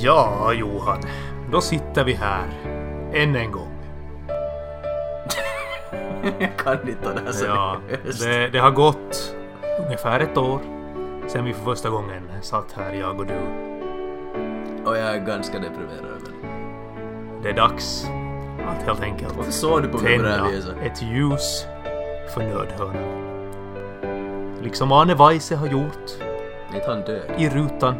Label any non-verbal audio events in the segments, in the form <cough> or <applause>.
Ja, Johan. Då sitter vi här. Än en gång. Jag kan inte ta det här Ja, seriöst. det, det har gått ungefär ett år sedan vi för första gången satt här, jag och du. Och jag är ganska deprimerad över det. Det är dags att helt enkelt Varför såg du på mig på det här tända viset? ett ljus för nödhörnan. Liksom Arne Weise har gjort Är inte han död? i rutan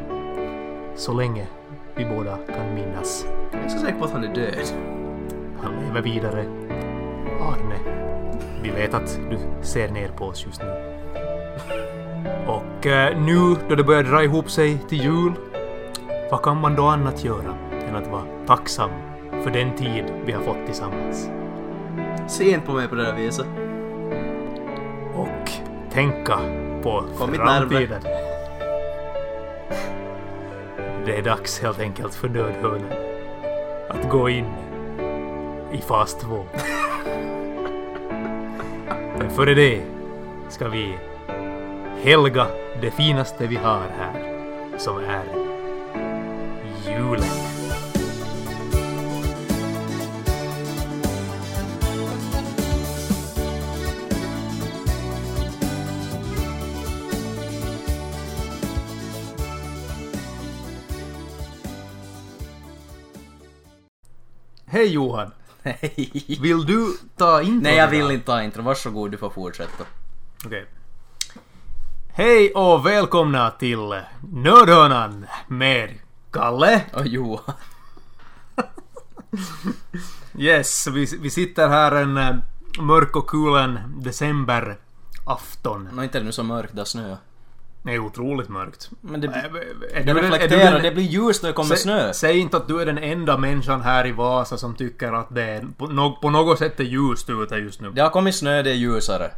så länge vi båda kan minnas. Jag är så säker på att han är död. Han lever vidare. Arne, vi vet att du ser ner på oss just nu. Och eh, nu då det börjar dra ihop sig till jul, vad kan man då annat göra än att vara tacksam för den tid vi har fått tillsammans? Se inte på mig på det här viset. <laughs> Och tänka på Kom inte närmare. framtiden. Det är dags helt enkelt för Nödhörnan att gå in i fas 2. Men före det ska vi helga det finaste vi har här som är julen. Hej Johan! Nej. Vill du ta in Nej, jag vill inte ta intro. Varsågod, du får fortsätta. Okej. Hej och välkomna till Nördhörnan med Kalle. Och Johan. Yes, vi, vi sitter här en eh, mörk och kulen decemberafton. Nå, inte är det nu så mörkt, där snö. Det är otroligt mörkt. Men det, Eh, Är- är det, du den- är du den- reflekterar, det blir ljust när det kommer Sä- snö. Säg inte att du är den enda människan här i Vasa som tycker att det är på, no, på något sätt är ljust ute just nu. Det har kommit snö, det är ljusare.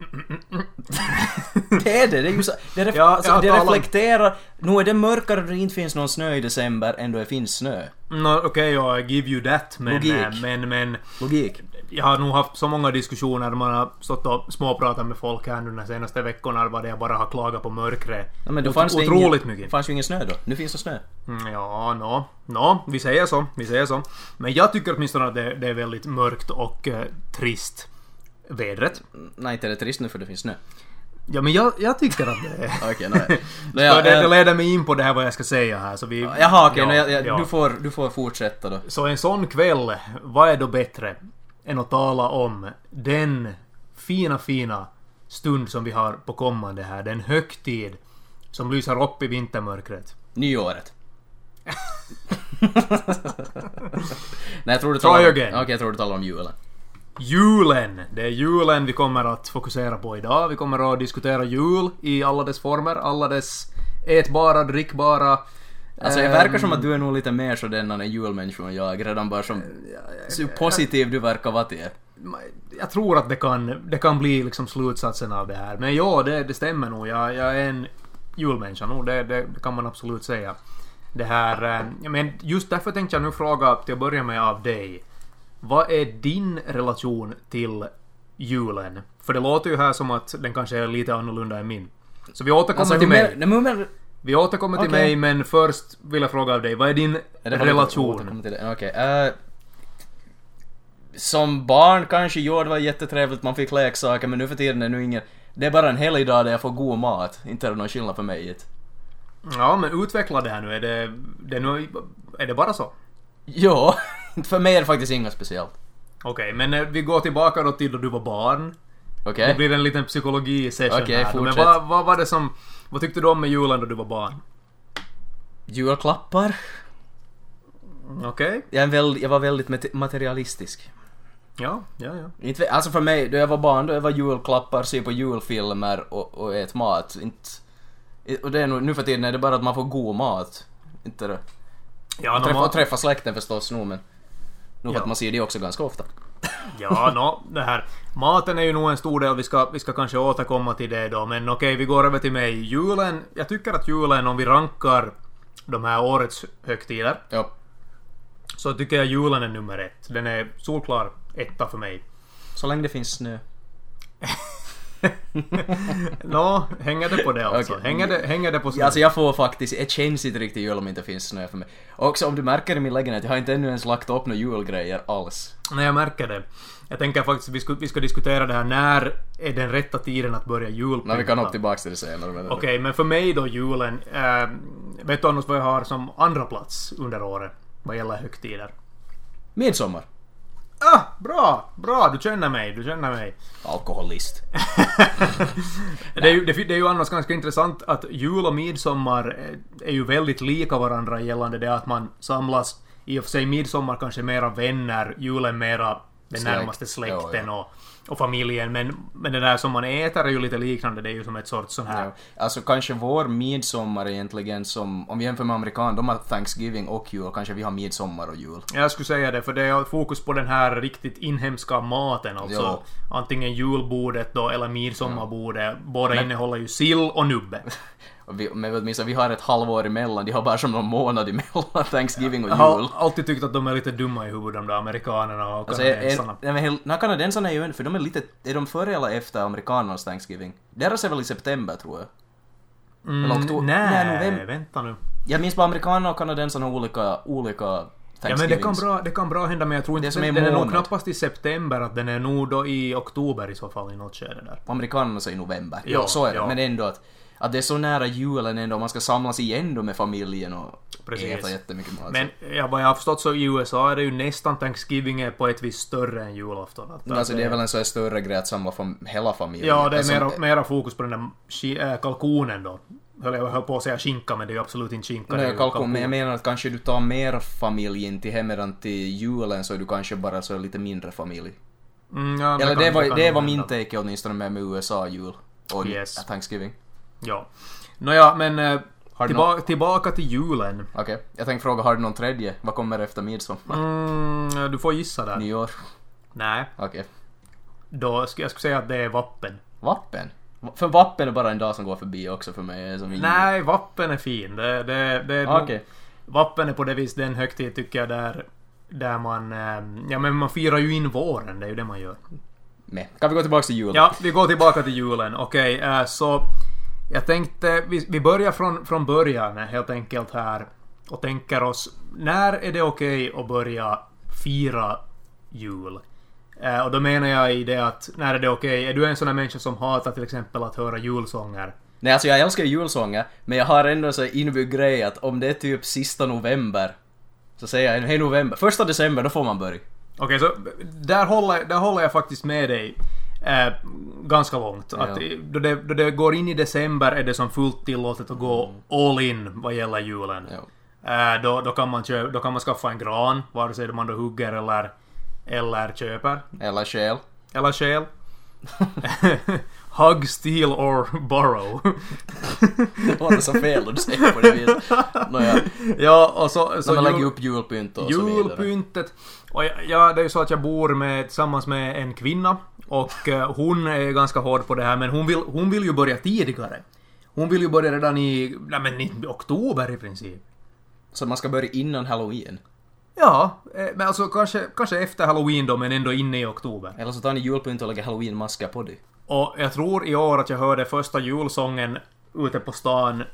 <laughs> det är det, det är ljusare. Det, ref- Ja, alltså, jag det talar om- reflekterar. Nu är det mörkare då det inte finns någon snö i december än då det finns snö. Nå, Okej, jag give you that, men, Logik. eh, men, men Logik. jag har nog haft så många diskussioner där man har stått och småpratat med folk här nu de senaste veckorna vad det jag bara har klagat på mörkret. Ja, men då Ot- fanns det otroligt ingen, mycket. fanns ju ingen snö då. Nu finns det snö. Mm, Ja, nå, nå, vi säger så, vi säger så. Men jag tycker åtminstone att det, det är väldigt mörkt och eh, trist. Vädret. Nej, inte är det trist nu för det <laughs> finns snö. Ja, men jag, jag tycker att det är... Okej, nej. <laughs> <laughs> Nå, Så ja, det, det eh, leder mig in på det här vad jag ska säga här. Så vi, Jaha, okej. nå, ja, ja, ja. Du, får, du får fortsätta då. Så en sån kväll, vad är då bättre än att tala om den fina, fina stund som vi har på kommande här. Den högtid som lyser upp i vintermörkret. <laughs> Nyåret. Nej, jag tror du Try talar om... again. Okej, jag tror du talar om julen. Julen! Det är julen vi kommer att fokusera på idag. Vi kommer att diskutera jul i alla dess former, alla dess ätbara, drickbara... Alltså det ehm, verkar som att du är nog lite mer sådär en julmänniska än jag, redan bara som... Ehm, Så positiv du verkar vara till. Jag tror att det kan, det kan bli liksom slutsatsen av det här. Men ja, det, det stämmer nog. Jag, jag är en julmänniska nog, det, det, det kan man absolut säga. Det här... eh, Men just därför tänkte jag nu fråga till att börja med av dig. Vad är din relation till julen? För det låter ju här som att den kanske är lite annorlunda än min. Så vi återkommer Alltså, till hur mer- mig. nej, men hur mer- Vi återkommer till mig, Okej. men först vill jag fråga av dig, vad är din Ja, det har vi relation? återkommit till det. Okej. eh, som barn kanske, jo det var jättetrevligt, man fick leksaker, men nu för tiden är det nu ingen... Det är bara en helgdag där jag får god mat. Inte är det någon skillnad för mig. It. Ja, men utveckla det här nu. Är det, det är, nu, är det bara så? Jo, <laughs> inte för mig är det faktiskt inget speciellt. Okej, men eh, vi går tillbaka då till då du var barn. Okej? Det blir en liten psykologi-session Eh. Okej, här. då. Men fortsätt. vad, vad var det som... Vad tyckte du om med julen då du var barn? Julklappar? Mm. Okej? Jag, är en väl, jag var väldigt mate- materialistisk. Ja, ja, ja. Inte, vet- alltså för mig, då jag var barn, då jag var julklappar, se på julfilmer och, och ät mat. Inte, och det är nog, nu för tiden är det bara att man får god mat. Inte det. Ja, Träffa, nå, träffa släkten förstås nog men... Nog Ja. att man ser det också ganska ofta. ja, nå, det här. Maten är ju nog en stor del, vi ska, vi ska kanske återkomma till det då. Men okej, vi går över till mig. Julen, jag tycker att julen, om vi rankar de här årets högtider, Ja. så tycker jag julen är nummer <laughs> ett. Den är solklar etta för mig. Så länge det finns snö. Nå, hänger det på det alltså? Okej. Hänger, det, hänger det på Ja, alltså jag får faktiskt, det känns inte riktigt jul om det inte finns snö för mig. Också om du märker i min lägenhet, jag har inte ännu ens lagt upp några julgrejer alls. Nej, jag märker det. Jag tänker faktiskt vi ska, vi ska diskutera det här. När är den rätta tiden att börja julpynta? Men vi kan upp tillbaks till det senare. Men Okej, men för mig då julen. Eh, vet du annars vad jag har som andra plats under året? Vad gäller högtider. Midsommar. Ah, bra! Bra! Du känner mig, du känner mig. <laughs> Alkoholist. det, är ju, det, det är ju annars ganska intressant att jul och midsommar eh, är ju väldigt lika varandra gällande det att man samlas, i och för sig midsommar kanske mera vänner, julen mera den Släkt. närmaste släkten Ja, Och, och familjen, men, men det där som man äter är ju lite liknande, det är ju som ett sorts sån här... Ja. Alltså kanske vår midsommar egentligen som, om vi jämför med amerikan, de har Thanksgiving och jul, kanske vi har midsommar och jul. Jag skulle säga det, för det är fokus på den här riktigt inhemska maten alltså. Ja. Antingen julbordet då, eller midsommarbordet. Båda innehåller ju sill och nubbe. Och vi, men åtminstone vi har ett halvår emellan, de har bara som någon månad emellan <laughs> Thanksgiving och Jag jul. har alltid tyckt att de är lite dumma i huvudet de där amerikanerna och Alltså, är, kanadensarna. är, nej, men kanadensarna är ju en, för de är lite, är de före eller efter amerikanernas Thanksgiving? Deras är väl i september tror jag. Eller oktober? Mm, Nej, november. vänta nu. Jag minns bara amerikanerna och kanadensarna har olika, olika Ja, men det kan, Thanksgivings. bra, det kan bra hända men jag tror inte... Det som är den den är nog månad. knappast i september, att den är nog då i oktober i så fall i något skede Alltså. där. Amerikanerna säger november. Ja, Ja, så är ja. det. Men ändå att, att det är så nära julen ändå, man ska samlas igen då med familjen och Precis. äta jättemycket mat. Men ja, vad jag har förstått så i USA är det ju nästan Thanksgiving är på ett vis större än julafton. Att- Men alltså det är väl en så här större grej att samla fam- hela familjen. Ja, det är alltså, mera, mera fokus på den där ki- äh, kalkonen då. Höll jag höll på att säga skinka, men det är ju absolut inte skinka. det är Nej, ju kalkon, men jag menar att kanske du tar mer familjen till hemmedan till julen så är du kanske bara så lite mindre familj. Mm, ja, Eller kan- det var, kan det nog var hända. min take åtminstone med, med USA-jul och Yes. Thanksgiving. Ja. Nåja, men eh, Har du tillba- tillbaka till julen. Okej, jag tänkte fråga, har du någon tredje? Vad kommer efter midsommar? Mm, du får gissa där. Nyår? Nej. Okej. Då ska jag skulle säga att det är vappen. Vappen? Va- För vappen är bara en dag som går förbi också för mig. Som ingen- Nej, vappen är fin. Det, det, det är Ah, nog- Okej. Vappen är på det vis den högtid tycker jag där, där man... eh, Ja men man firar ju in våren, det är ju det man gör. Men, Kan vi gå tillbaka till julen? Ja, vi går tillbaka till julen. Okej, eh, så... Jag tänkte, vi, vi börjar från, från början eh, helt enkelt här. Och tänker oss, när är det okej att börja fira jul? Eh, och då menar jag i det att, när är det okej? Är du en sån här människa som hatar till exempel att höra julsånger? Nej, alltså jag älskar ju julsånger, men jag har ändå en så här inbyggd grej att om det är typ sista november så säger jag hej november. Första december, då får man börja. Okej, så där håller, där håller jag faktiskt med dig eh, ganska långt. Att Ja. i- då, det, då det går in i december är det som fullt tillåtet att gå all in vad gäller julen. Mm. Ja. Eh, då, då, kan man kö, då kan man skaffa en gran, vare sig man då hugger eller, eller köper. Eller skäl. Eller stjäl. Hug, steal or borrow. <laughs> <laughs> Det låter så fel när du säger det på det viset. Nåja. ja, och så... så Så man jul- lägger upp julpynt och så vidare. Julpyntet. Och jag, jag, det är ju så att jag bor med, tillsammans med en kvinna. Och eh, hon är ganska hård på det här, men hon vill, hon vill ju börja tidigare. Hon vill ju börja redan i, nej, men i oktober i princip. Så man ska börja innan halloween. Ja, eh, men alltså kanske, kanske efter halloween då, men ändå inne i oktober. Eller så tar ni julpynt och lägger halloweenmasker på dig. Och jag tror i år att jag hörde första julsången ute på stan. eh,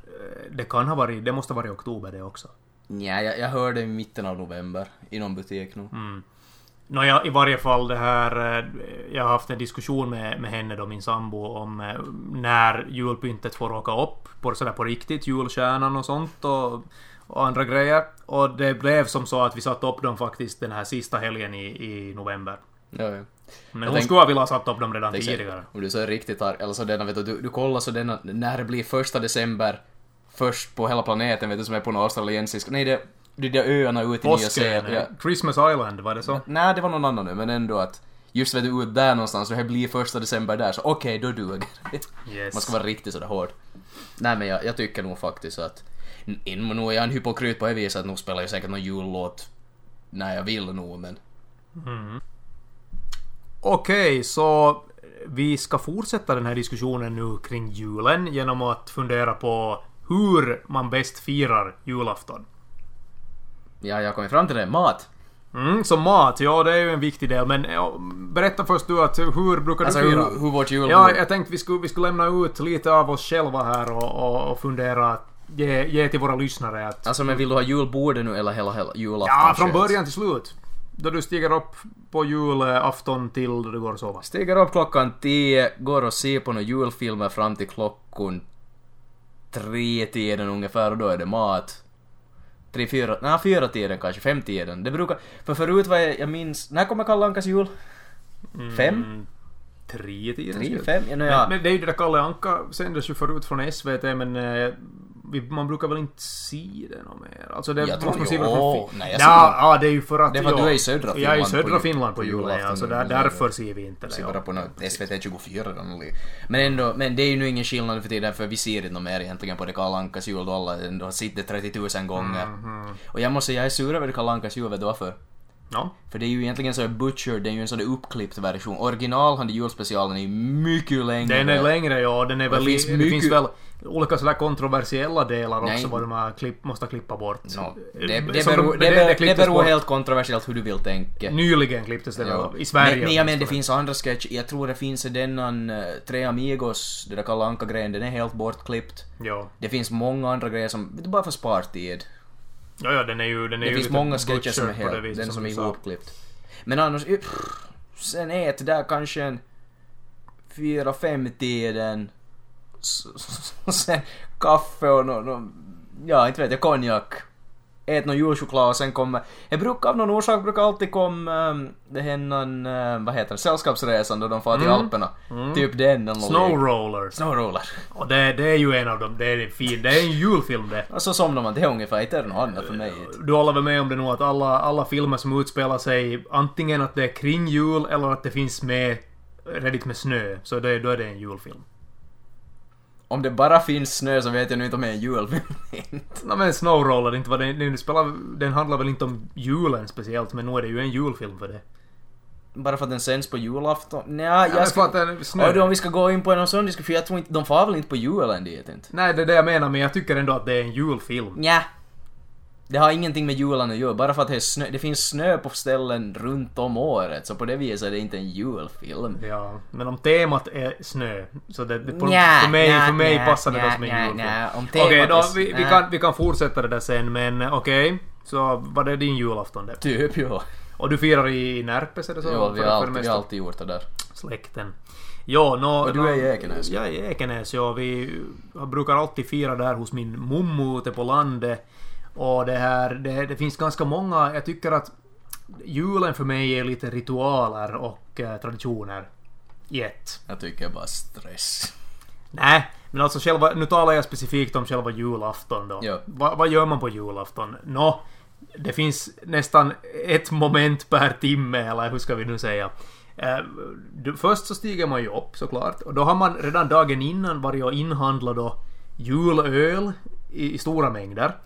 Det kan ha varit, det måste ha varit i oktober det också. Nja, jag, jag hörde i mitten av november i någon butik nog. Nåja, i varje fall det här... eh, Jag har haft en diskussion med, med henne då, min sambo, om eh, när julpyntet får åka upp på, sådär på riktigt, julkärnan och sånt och, och andra grejer. Och det blev som så att vi satte upp dem faktiskt den här sista helgen i, i november. Ja, ja. Men Jag hon tänk- skulle ha velat ha satt upp dem redan Till exempel, tidigare. Om du så är riktigt arg, eller så denna, vet du, du, du kollar så denna, när det blir första december först på hela planeten, vet du, som är på någon australiensisk, nej det, det är de där öarna ute i Nya Påskön, Zeeland. ja. Ja. eh, Christmas Island, var det så? Nej, det var någon annan nu, men ändå att just vet du, ut där någonstans, det här blir första december där, så okej, då duger det. Yes. Man ska vara riktigt sådär hård. Nej men jag, jag tycker nog faktiskt att... n- n- Nu är jag en hypokryt på det viset att nog spelar jag säkert någon jullåt när jag vill nog men... Okej, så vi ska fortsätta den här diskussionen nu kring julen genom att fundera på hur man bäst firar julafton. Ja, jag har kommit fram till det. Mat! Mm, så mat, ja det är ju en viktig del. Men ja, berätta först du att hur brukar du Alltså fira? hur, hur vårt julbord... Ja, jag tänkte vi skulle, vi skulle lämna ut lite av oss själva här och, och, och fundera, ge, ge till våra lyssnare att... Alltså men vill du ha julbordet nu eller hela, hela julafton? Ja, från början till slut. Då du stiger upp på julafton till då du går och sover. Stiger upp klockan 10, går och ser på några julfilmer fram till klockan tre tiden ungefär och då är det mat. Tre, fyra, nej fyra tiden kanske, fem tiden. Det brukar, för förut var jag, jag minns, när kommer Kalle Ankas jul? Fem? Mm, tre tiden. Tre, skulle- fem? Ja, Men, nej, ja. men det är ju det där Kalle Anka sändes ju förut från SVT men eh, vi, man brukar väl inte se det något mer? Alltså det Jag måste tror man se ju- väl från åh, Fin- nej, jag ser ja, det. ja, det är ju för att... Det är för att ja, du är i södra Jag är i södra Finland på jul- Finland på på julen, ja, julafton, så det där, är det. därför ser vi inte det. Se ja. bara på något SVT 24 eller något liknande. Men ändå, men det är ju nu ingen skillnad för tiden för vi ser inte något mer egentligen på det Kalle Ankas jul då alla ändå har sett det 30 000 gånger. Mm. Och jag måste säga, jag är sur över Kalle Ankas jul, vet du varför? Mhm. Ja. För det är ju egentligen så här Butcher, det är ju en sån där uppklippt version. Original, han, julspecialen är ju mycket längre. Den är längre ja, den är väl, det, finns finns, det mycket- finns väl olika sådär kontroversiella delar Nej. också vad de här klipp, måste klippa bort. Eh, No, det, det, Som beror, de- det, det beror, det klipptes beror bort. helt kontroversiellt hur du vill tänka. Nyligen klipptes det Ja. väl, i Sverige. Men, men, jag men det åtminstone. finns andra sketcher. Jag tror det finns denna eh, Tre Amigos, det där Kalle Anka-grejen, den är helt bortklippt. Ja. Det finns många andra grejer som, bara för spartid. ja, ja den är ju... Den är Det ju finns lite många sketcher som är butchered på det helt, viset den som är du sa. ihopklippt. Men annars, pff, sen ät där kanske en fyra, fem tiden. S- s- s- Sen kaffe och no, no, ja inte vet jag, konjak. Ät någon julchoklad och sen kommer, jag brukar av någon orsak brukar alltid komma, um, det händer en, ehm, vad heter det, sällskapsresan då de far till Alperna. Typ den eller något Mm. Snow lik. Roller. Snowroller. Och det, det är ju en av dem. Det är en fin. Det är en julfilm det. <laughs> Och så somnar man till ungefär, inte är det något annat för mig. Du håller väl med om det nog att alla, alla filmer som utspelar sig antingen att det är kring jul eller att det finns med redigt med snö. Så det, då är det en julfilm. Om det bara finns snö så vet jag nu inte om jag är en julfilm. Nej men Snow Roller, inte vad den, den, spelar, den handlar väl inte om julen speciellt men nog är det ju en julfilm för det. Bara för att den sänds på julafton? Nej, men jag ska... för att den är snö. Ja, då, om vi ska gå in på en sån diskussion, jag tror inte... De far väl inte på julen dit inte? Nej det är det jag menar men jag tycker ändå att det är en julfilm. Nja. Det har ingenting med julen att göra, bara för att det, är snö, det finns snö på ställen runt om året, så på det viset är det inte en julfilm. Ja, men om temat är snö, så det, det, på, Nja, för mig, nja, för mig nja, passar det nja, då som en nja, julfilm. nja, om temat Okej, då är- vi, vi, nja. kan, vi kan fortsätta det där sen, men eh, okej. Så vad är din julafton det? Typ, jo. Och du firar i Närpes, är det så? Jo, vi För- har för alltid, vi mesta har alltid gjort det där. Släkten. Ja, nå... Och du nå- är i Ekenäs? Jag är i Ekenäs, ja. Vi brukar alltid fira där hos min mommo ute på landet. Och det här, det, det finns ganska många, jag tycker att julen för mig är lite ritualer och eh, traditioner i ett. Jag tycker bara stress. Nej, men alltså själva, nu talar jag specifikt om själva julafton då. Ja. Va, vad gör man på julafton? Nå, det finns nästan ett moment per timme, eller hur ska vi nu säga? Eh, du, först så stiger man ju upp såklart, och då har man redan dagen innan varit och inhandlat då julöl i, i stora mängder.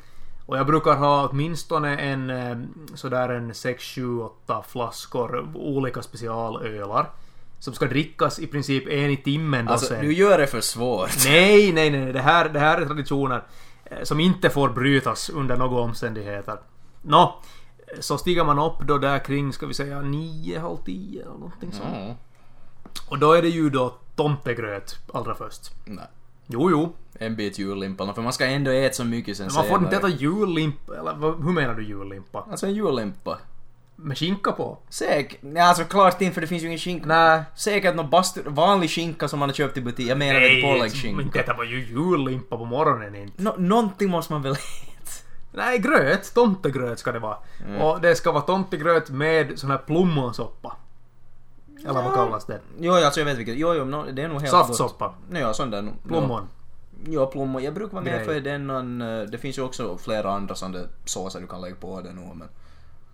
Och jag brukar ha åtminstone en eh, sådär en 6, 7, 8 flaskor olika specialölar. Som ska drickas i princip en i timmen då Alltså, sen. du gör det för svårt. <laughs> Nej, nej, nej. Det här, det här är traditioner eh, som inte får brytas under några omständigheter. Nå, eh, så stiger man upp då där kring, ska vi säga, nio, halv tio eller någonting sånt. Mm. Och då är det ju då tomtegröt allra först. Nej. Jo, jo. En bit jullimpa, för man ska ändå äta så mycket sen Man får senare. inte äta jullimpa, eller vad, hur menar du jullimpa? Alltså en jullimpa. Med skinka på? Säkert. Nej, alltså klart inte för det finns ju ingen skinka. Nej. Säkert någon bastu... vanlig skinka som man har köpt i butik. Jag menar inte men påläggsskinka. detta var ju jullimpa på morgonen inte. Nå- någonting måste man väl äta? Nej, gröt. Tomtegröt ska det vara. Mm. Och det ska vara tomtegröt med sån här plommonsoppa. Eller vad kallas det? Jo, alltså jag vet vilket. Jo, jo, no, det är nog helt gott. Saftsoppa. Nej, ja, sån där. nog. Plommon. Ja, ja, plommon. Jag brukar vara med Grej. för den eh, Det finns ju också flera andra sådana där såser du kan lägga på det nog, men...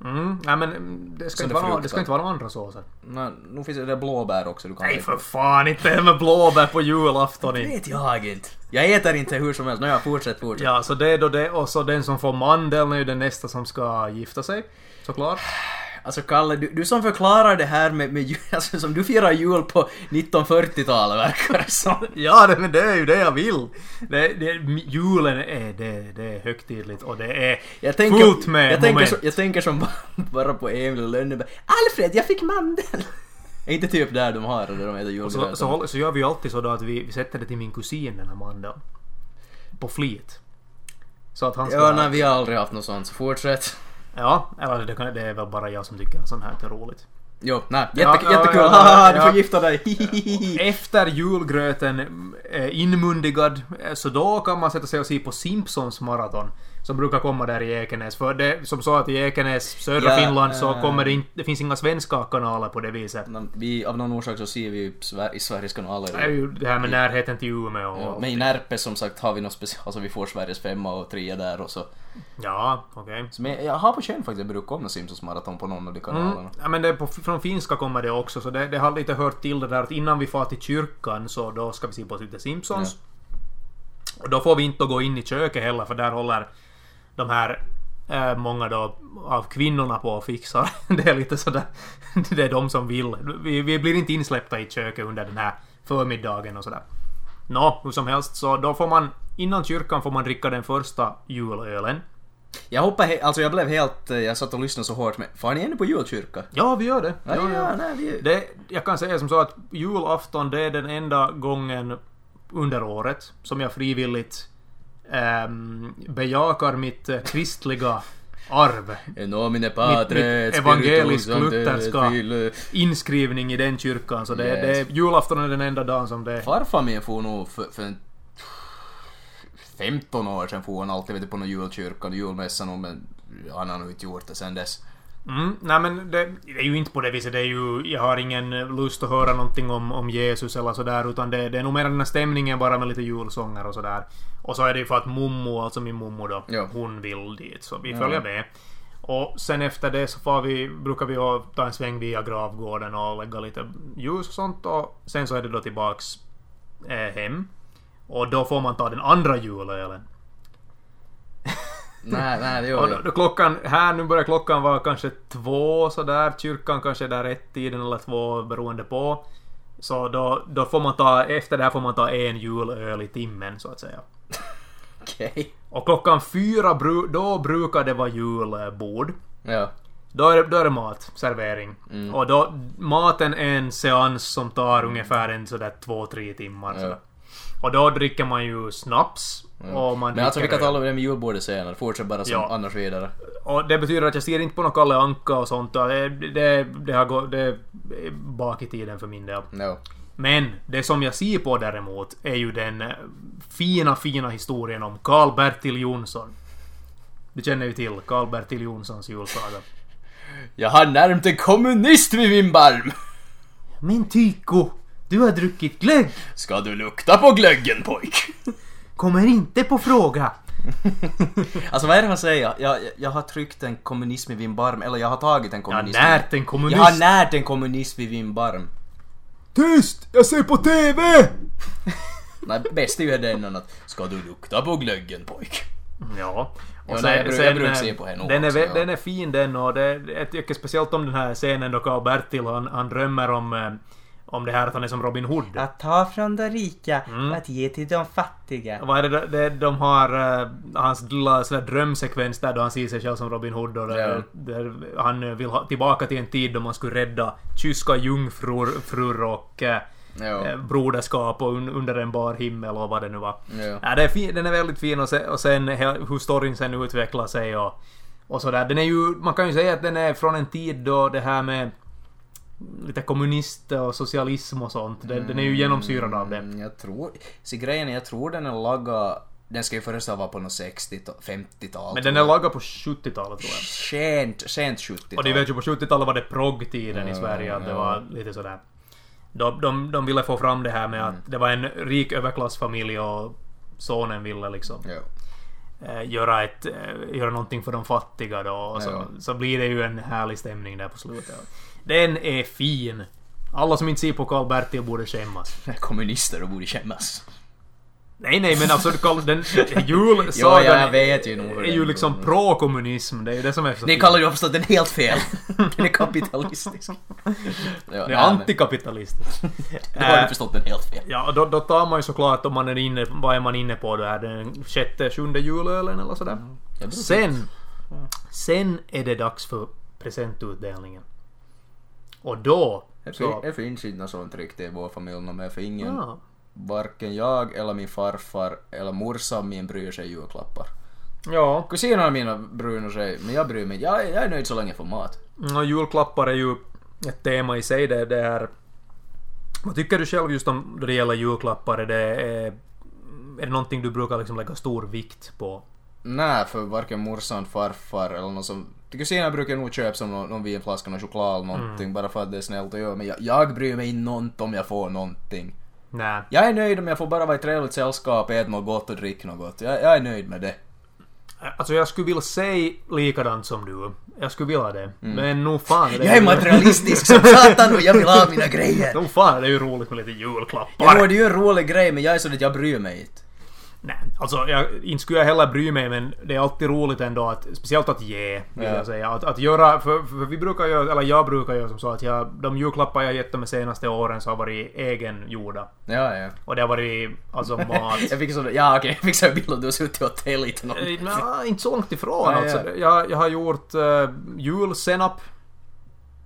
Mm. Nej men mm, det ska, Som inte det vara, det fruktar. ska inte vara några andra såser. Nej, nu finns det där blåbär också du kan Nej lägga på. för fan, inte det med blåbär på julafton. Det inte. vet jag inte. Jag äter inte hur som helst. Nåja, fortsätt, fortsätt. Ja, så det är då det. Och så den som får mandeln är ju den nästa som ska gifta sig. Såklart. Alltså Kalle, du, du som förklarar det här med, med jul, <laughs> alltså som du firar jul på 1940-talet verkar det som. Ja, det, men det är ju det jag vill. Det, det, julen är, det, det är högtidligt och det är Jag tänker, fullt med jag tänker, moment. så, jag tänker som bara- bara på Emil och Lönneberg. Alfred, jag fick mandel! <laughs> Är inte typ där de har det, där de äter Och så, julgröt? så, håll- så gör vi ju alltid så då att vi, vi sätter det till min kusin den här mandeln. På flit. Så att han ska... Ja, nej, vi har aldrig haft något sånt, så fortsätt. ja eller det, kan, det är väl bara jag som tycker att sånt här är roligt. Jo, nej, jätte, Ja, ja, jättekul. ja, ja, Haha, <laughs> du ja. får gifta dig. Hihihi. Efter julgröten är inmundigad, eh, så då kan man sätta sig och se på Simpsons maraton. Som brukar komma där i Ekenäs. För det, som sa att i Ekenäs, södra Ja, Finland, så eh. kommer det inte... Det finns inga svenska kanaler på det viset. Men Vi, av någon orsak så ser vi ju Sver- i Sveriges kanaler. Det är ju det här med närheten till Umeå och... Ja, Men i Närpe som sagt har vi något speciellt, alltså vi får Sveriges femma och trea där och så. Ja, okej. så men jag har på känn faktiskt, jag brukar komma Simpsons maraton på någon av de kanalerna. Mm. Ja, men det är på, från finska kommer det också, så det, det har lite hört till det där att innan vi far till kyrkan så då ska vi se på The Simpsons. Och då får vi inte gå in i köket heller, för där håller de här eh, många då av kvinnorna på och fixar. <laughs> det är lite sådär, det är de som vill. Vi, vi blir inte insläppta i köket under den här förmiddagen och sådär. Nå, hur som helst, så då får man, innan kyrkan får man dricka den första julölen. Jag hoppade, he- alltså jag blev helt, eh, jag satt och lyssnade så hårt men far ni ännu på julkyrka? Ja, vi gör det. Ja, Ja, ja, ja. nej vi... Det, jag kan säga som så att julafton det är den enda gången under året som jag frivilligt ehm, bejakar mitt eh, kristliga arv. En nomine mitt patre, evangelisk- spiritus sancte, lutherska- fil- Inskrivning i den kyrkan, så det, eh, Yes. det, julafton är den enda dagen som det... Farfar min for nog för, för en 15 år sedan for han alltid vet du, på någon julkyrka, någon julmässa någon, men han har nog inte gjort det sen dess. Mm, nej men det, det är ju inte på det viset, det är ju... Jag har ingen lust att höra någonting om, om Jesus eller sådär, utan det, det är nog mer den här stämningen bara med lite julsånger och sådär. Och så är det ju för att mommo, alltså min mommo då, Ja. hon vill dit, så vi följer det. Och sen efter det så får vi, brukar vi ha- ta en sväng via gravgården och lägga lite ljus och sånt och sen så är det då tillbaks eh, hem. Och då får man ta den andra julölen. Nej, nej, det Och gör då, jag. då klockan, här nu börjar klockan vara kanske två sådär, kyrkan kanske är där ett tiden eller två beroende på. Så då, då får man ta, efter det här får man ta en julöl i timmen så att säga. Okej. Och klockan fyra, bru, då brukar det vara julbord. Ja. Då är, det- då är det mat, servering. Mm. Och då, maten är en seans som tar ungefär en sådär två, tre timmar. Ja. sådär. Och då dricker man ju snaps. Och man Men alltså vi dricker öl. kan tala om det med julbordet senare, fortsätt bara som Ja. annars vidare. Och det betyder att jag ser inte på någon Kalle Anka och sånt. och Det, det, det har gått... Det är bak i tiden för min del. No. Men det som jag ser på däremot är ju den eh, fina, fina historien om Karl-Bertil Jonsson. Du känner ju till Karl-Bertil Jonssons julsaga. Jag har närmt en kommunist vid min barm! Men Tyko! Du har druckit glögg! Ska du lukta på glöggen pojk? Kommer inte på fråga! <laughs> Alltså vad är det man säger? Jag, jag, jag har tryckt en kommunism vid min barm, eller jag har tagit en Jag har kommunism. närt en kommunist! jag har närt en kommunism vid min barm. Tyst! Jag ser på <laughs> TV! Nej, bäst är ju den att ska du lukta på glöggen pojk? Ja. Och Ja, nej, jag brukar- jag brukar se på henne den, är, också, vä- ja. den är fin den och det, jag tycker speciellt om den här scenen då Karl-Bertil han, han drömmer om, eh, om det här att han är som Robin Hood. Att ta från de rika för att ge till de fattiga. Vad är det, då- det de har eh, hans lilla sån där drömsekvens där då han ser sig själv som Robin Hood och där, Ja. där han eh, vill ha tillbaka till en tid då man skulle rädda tyska jungfrur frur och eh, Ja. eh, broderskap och un, under en bar himmel och vad det nu var. Ja. Ja, det är fin, den är väldigt fin och, se, och sen he- hur storyn sen utvecklar sig och, och sådär. Den är ju, man kan ju säga att den är från en tid då det här med lite kommunist och socialism och sånt, den, den är ju genomsyrad av det. Mm, Jag tror... Så grejen är, jag tror den är laga... Den ska ju förresten vara på något 60 50-tal. Men den är lagad på 70-talet tror jag. Sent, sent 70-tal. Och det vet ju på 70-talet var det proggtiden i Ja, Sverige, att det ja. var lite sådär. De, de, de ville få fram det här med Mm. att det var en rik överklassfamilj och sonen ville liksom Ja. eh, göra, ett, eh, göra någonting för de fattiga då. Och så, Ja. så blir det ju en härlig stämning där på slutet. Den är fin. Alla som inte ser på Karl-Bertil borde skämmas. Kommunister, då borde skämmas. Nej, nej, men alltså kall- <laughs> den <laughs> julsagan Jo, jag vet ju nog hur är den ju går. liksom pro-kommunism. Det är ju det som är så Ni kallar ju förstås den <laughs> helt fel. Den är kapitalistisk. Det är nej, men- <laughs> antikapitalistiskt. Då har Eh, du förstått den helt fel. Ja, då, då tar man ju såklart om man är inne, vad är man inne på då här den sjätte, sjunde julölen eller sådär. Jag brukar- Sen, sen är det dags för presentutdelningen. Och då, Det fin- så, Det finns inte något sånt riktigt i vår familj något mer, för ingen, ja, varken jag eller min farfar eller morsan min bryr sig julklappar. ja, Kusinerna mina bryr sig, men jag bryr mig inte. Jag, jag är nöjd så länge jag får mat. och julklappar är ju ett tema i sig. Det, det är, vad tycker du själv just om då det gäller julklappar? Är det, eh, är det någonting du brukar liksom lägga stor vikt på? Nej, för varken morsan, farfar eller någon som... Till kusiner brukar jag nog köpa som någon, någon vinflaska, någon choklad eller någonting Mm. bara för att det är snällt att göra. Men jag, jag bryr mig inte något om jag får någonting. Nej. Jag är nöjd om jag får bara vara i trevligt sällskap, äta något gott och dricka något gott. Jag, jag är nöjd med det. Alltså jag skulle vilja säga likadant som du. Jag skulle vilja det. Men nog fan. det Mm. Jag är materialistisk som satan och jag vill ha mina <laughs> grejer! Nog fan, det är ju roligt med lite Jag julklappar. tror det är ju en rolig grej men jag är så att jag bryr mig inte. Nej, alltså jag, inte skulle jag heller bry mig men det är alltid roligt ändå att, speciellt att ge, vill Ja. jag säga. Att, att göra, för, för vi brukar göra, eller jag brukar göra som så att jag, de julklappar jag gett de senaste åren så har varit egengjorda. Ja, ja. Och det har varit <laughs> alltså mat. Jag fick sådär, ja okej, jag fick sådär bild och du har suttit och tejlat någon. Eh, Nja, inte så långt ifrån Nej, alltså. ja. Jag, jag har gjort eh, julsenap.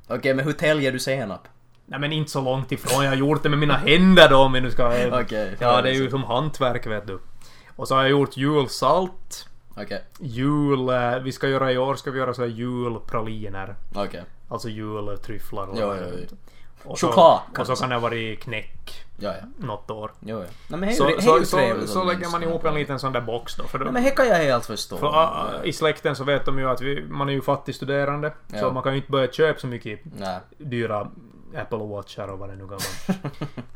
Okej, men hur täljer du senap? Nej men inte så långt ifrån. Jag har gjort det med mina händer då om vi nu ska... Okej. alltså. Ja, det är ju som hantverk vet du. Och så har jag gjort julsalt. Okej, Jul... eh, Vi ska göra i år ska vi göra så här julpraliner. okej. Alltså jultryfflar och... Jo, jo, jo. Och så, Choklad, Och så kanske. kan det ha varit knäck Ja, ja. något år. Jo, ja. Nej, men hej, Så, hej, så, hur så, trevligt så lägger man åtminstone. ihop en liten sån där box då. För, då, Nej, men det kan jag helt Eh, förstå. för ah, I släkten så vet de ju att vi, man är ju fattigstuderande. Så Ja. man kan ju inte börja köpa så mycket Nej. dyra Apple Watchar och vad det nu kan vara.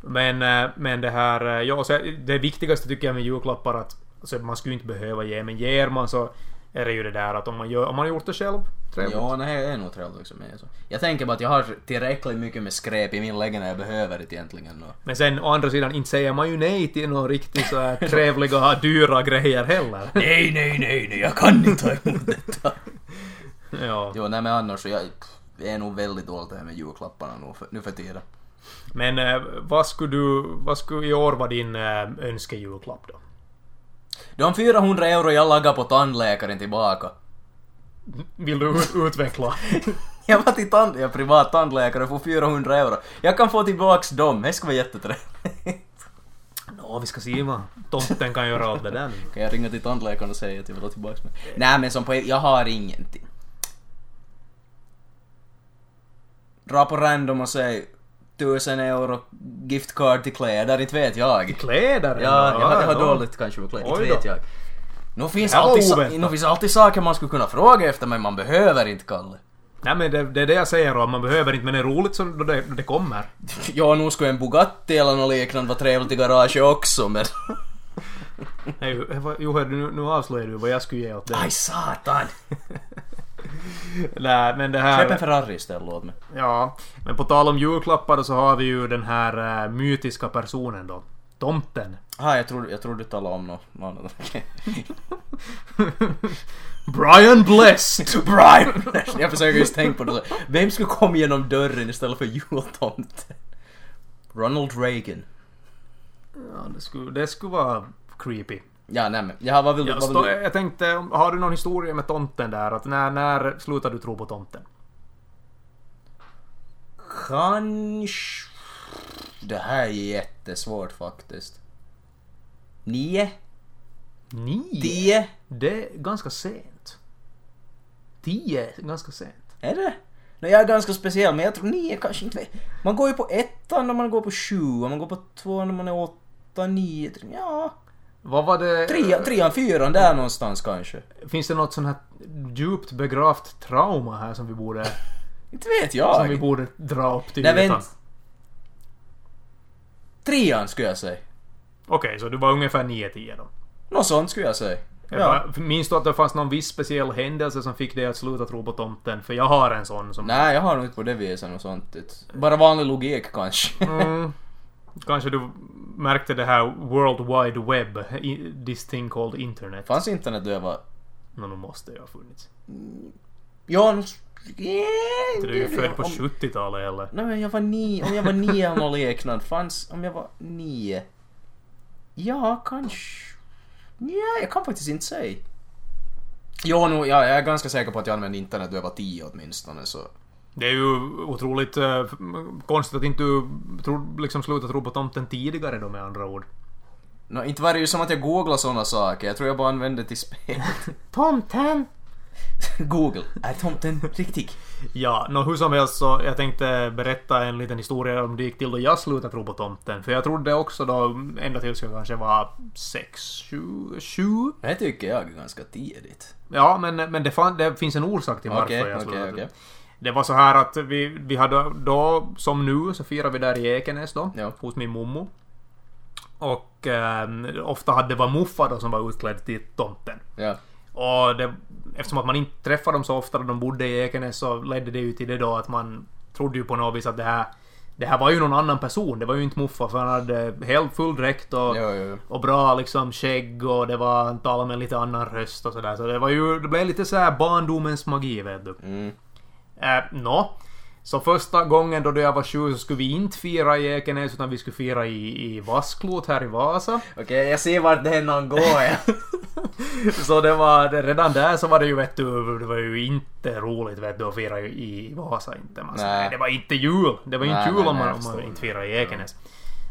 men, eh, men det här... eh, Ja, så det viktigaste tycker jag med julklappar att alltså, man skulle inte behöva ge, men ger man så är det ju det där att om man, gör, om man har gjort det själv, trevligt. Ja, nej, det är nog trevligt också. Men jag, så. jag tänker bara att jag har tillräckligt mycket med skräp i min lägenhet jag behöver det egentligen. Och... Men sen å andra sidan, inte säger man ju nej till några riktigt så här trevliga, <laughs> dyra grejer heller. Nej, nej, nej, nej, jag kan inte ta emot detta. Ja. <laughs> jo, nej men annars så jag pff, jag är nog väldigt dåligt det här med julklapparna nu för, nu för tiden. Men eh, vad skulle du... Vad skulle i år vara din eh, önskejulklapp då? De 400 euro jag lagar på tandläkaren tillbaka. <laughs> Vill du ut- utveckla? Jag var till tand, jag är privat tandläkare och får 400 euro. Jag kan få tillbaks dem, det skulle vara jättetrevligt. Nå, vi ska se vad tomten kan göra av det där nu. Kan jag ringa till tandläkaren och säga att jag vill ha tillbaks mig? Nej men som på jag har ingenting. Dra på random och säg 1000 euro giftcard till kläder, inte vet jag. Kläder? Ja, jag har, jag har ja. dåligt kanske med kläder, inte Oj då. vet jag. Nu finns, Det här var alltid, sa- oväntat. nu finns alltid saker man skulle kunna fråga efter men man behöver inte Kalle. <laughs> Nej men det, det är det jag säger då, man behöver inte men det är roligt som då det, då det kommer. Ja, nu skulle en Bugatti eller något liknande vara trevligt i garaget också men... <laughs> Nej, eh, vad- Johan, nu, nu avslöjar du vad jag skulle ge åt dig. Aj satan! Nej men det Köp en här... Ferrari istället åt mig. Ja. Men på tal om julklappar så har vi ju den här eh, mytiska personen då. Tomten. <laughs> Ah, jag trodde, jag trodde du talade om något något annat. Brian Blessed! <laughs> Brian! <laughs> jag försöker just tänka på det. Vem skulle komma genom dörren istället för jultomten? Ronald Reagan. Ja, det skulle, det skulle vara creepy. Ja, nej men. Ja, vad vill du? Jag, vad stå, vill du? jag tänkte, har du någon historia med tomten där? Att när, när slutar du tro på tomten? Kanske... Det här är jättesvårt faktiskt. Nio? Nio? Tio? Det är ganska sent. Tio? är Ganska sent. Är det? Nej, jag är ganska speciell, men jag tror nio kanske inte... Man går ju på ettan när man går på sjuan, man går på tvåan när man är åtta, nio, tre, ja... Vad var det? Trean, trean, fyran, där någonstans kanske. Finns det något sånt här djupt begravt trauma här som vi borde, Inte vet som vi jag. borde dra upp till Nej, ytan? vänt. Trean skulle jag säga. Okej, så du var ungefär 9-10 då? Något sånt skulle jag säga. Jag Ja. bara- Minns du att det fanns någon viss speciell händelse som fick dig att sluta tro på tomten? För jag har en sån som... Nej, jag har nog inte på det viset något sånt. Bara vanlig logik kanske. Mm, kanske du märkte det här World Wide Web, i- this thing called internet. <laughs> Fanns internet då jag var... Nå, nu måste det ju ha funnits. Ja, nu... Du är ju född på Om- 70-talet eller? Nej men jag var nio, om jag var nio eller något liknande. Fanns, om jag var nio. Ja, kanske. Ja, jag kan faktiskt inte säga. Jo, nu, ja, jag är ganska säker på att jag använde internet då jag var tio åtminstone så. Det är ju otroligt eh, konstigt att inte du tror, liksom slutar tro på tomten tidigare då med andra ord. Nå, inte var det ju som att jag googlade såna saker. Jag tror jag bara använde det till spel. <laughs> Tomten! Google. Är tomten riktig? Ja, nå hur som helst så jag tänkte berätta en liten historia om det gick till då jag slutade tro på tomten. För jag trodde också då, ända tills jag kanske var sex, sju, sju. Det tycker jag är ganska tidigt. Ja, men, men det, fan, det finns en orsak till varför Okej, jag slutade. okej, okej. Det var så här att vi, vi hade då, som nu, så firade vi där i Ekenäs då, Ja. hos min mommo. Och ehm, ofta hade det var muffa då som var utklädd till tomten. Ja. Och det, eftersom att man inte träffade dem så ofta då de bodde i Ekenäs så ledde det ju till det då att man trodde ju på något vis att det här det här var ju någon annan person, det var ju inte muffa för han hade helt full dräkt och, Jo, jo, jo. och bra liksom skägg och det var, han talade med en lite annan röst och sådär. Så det var ju, det blev lite så här barndomens magi vet du. Mm. Eh, Nå. Så första gången då jag var sju så skulle vi inte fira i Ekenäs utan vi skulle fira i, i Vasklot här i Vasa. Okej, jag ser vart den någon går. <laughs> ja. Så det var, det- redan där så var det ju vet du, det var ju inte roligt vet du att fira i i Vasa inte. Man, sa, Nej. nej. Det var inte jul! Det var ju inte Nej, jul nej, om nej, man, jag om man förstår. inte firar i Ekenäs.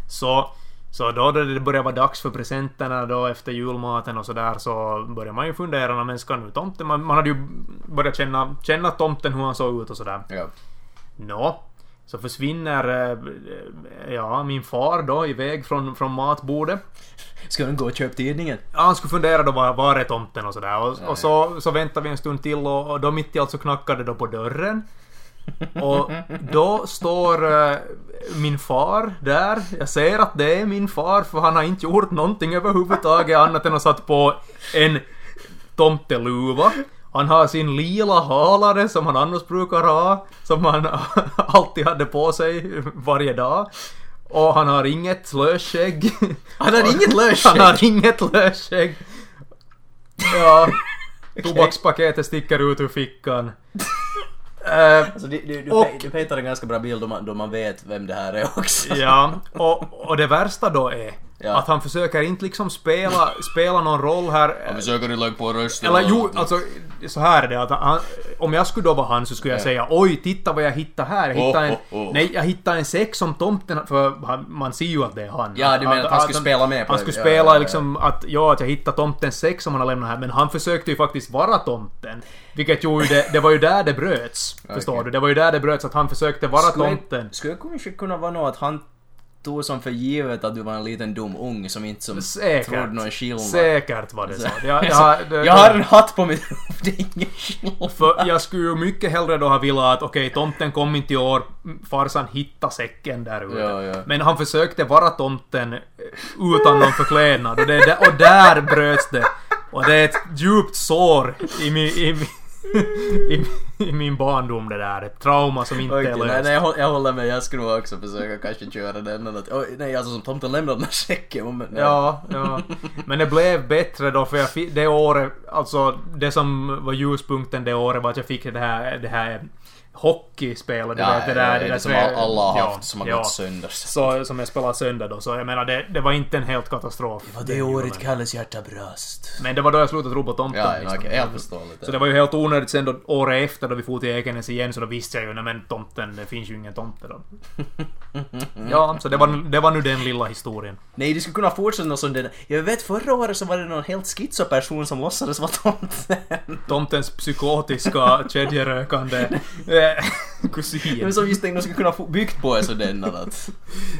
Så, så då då det började vara dags för presenterna då efter julmaten och sådär så började man ju fundera, "Nå, men ska nu tomten... Man, man hade ju börjat känna, känna tomten hur han såg ut och sådär. ja. Nå, så försvinner eh, ja, min far då iväg från, från matbordet. Ska de gå och köpa tidningen? Ja, han skulle fundera då var, var är tomten och sådär. Och, och så, så väntade vi en stund till och, och då mitt i allt så knackade det då på dörren. Och då står eh, min far där. Jag ser att det är min far för han har inte gjort någonting överhuvudtaget annat än att satt på en tomteluva. Han har sin lila halare som han annars brukar ha, som han <laughs> alltid hade på sig varje dag. Och han har inget lösskägg. Han har inget <laughs> lösskägg? Han har inget lösskägg. <laughs> Ja. Tobakspaketet sticker ut ur fickan. Eh, Alltså, du, du, du, Och- pe- du petar en ganska bra bild då man, då man vet vem det här är också. Ja, och, och det värsta då är Ja. att han försöker inte liksom spela, spela någon roll här. <laughs> försöker du lägga på rösten? Eller jo, alltså så här är det att han, om jag skulle då vara han så skulle jag Ja. säga oj, titta vad jag hittade här. Jag hittade en, Oh, oh, oh. Nej, jag hittade en säck som tomten för han, man ser ju att det är han. Ja, du menar att han skulle spela med på Han det? skulle Ja, spela ja, ja. liksom att ja, att jag hittade tomtens säck som han har lämnat här. Men han försökte ju faktiskt vara tomten. Vilket gjorde det, det var ju där det bröts. Förstår <laughs> Okej. du? Det var ju där det bröts att han försökte vara tomten. Skulle kanske kunna vara något att han tog som för givet att du var en liten dum ung som inte som trodde någon Säkert. skillnad. Säkert var det <laughs> så. Så- Jag, jag, har- det- jag har en hatt på mitt huvud, <laughs> det är ingen skillnad. För jag skulle ju mycket hellre då ha velat att okej, tomten kom inte i år, farsan hitta säcken där ute. Ja, ja. Men han försökte vara tomten eh, utan någon förklädnad och, det, är där- och där bröts det. Och det är ett djupt sår i min, i, min- <laughs> i, min- i min barndom det där. Ett trauma som inte Okej, är nej, löst. nej, jag, håller, jag håller med, jag skulle nog också försöka kanske köra den. eller Att, oj, nej, alltså som tomten lämnade den här säcken. Men, nej. Ja, ja. Men det blev bättre då för jag fick det året, alltså det som var ljuspunkten det året var att jag fick det här, det här hockeyspelet. Ja, det, det, där, det, där som tre- all- alla har ja, haft som har ja. gått sönder. Så, som jag spelade sönder då, så jag menar det, det var inte en helt katastrof. Vad den det året julen. Kalles hjärta bröst. Men det var då jag slutade tro på tomten. Ja, ja liksom. okej, jag förstår lite. Så det var ju helt onödigt sen då året efter då vi for till Ekenäs igen så då visste jag ju nej men tomten, det finns ju ingen tomte <laughs> då. Ja, så det var, det var nu den lilla historien. Nej, du skulle kunna fortsätta något sånt där. Jag vet förra året så var det någon helt schizo person som låtsades vara <laughs> tomten. Tomtens psykotiska kedjerökande eh, Men kusin. som just tänkte de skulle kunna få byggt på en sån där att...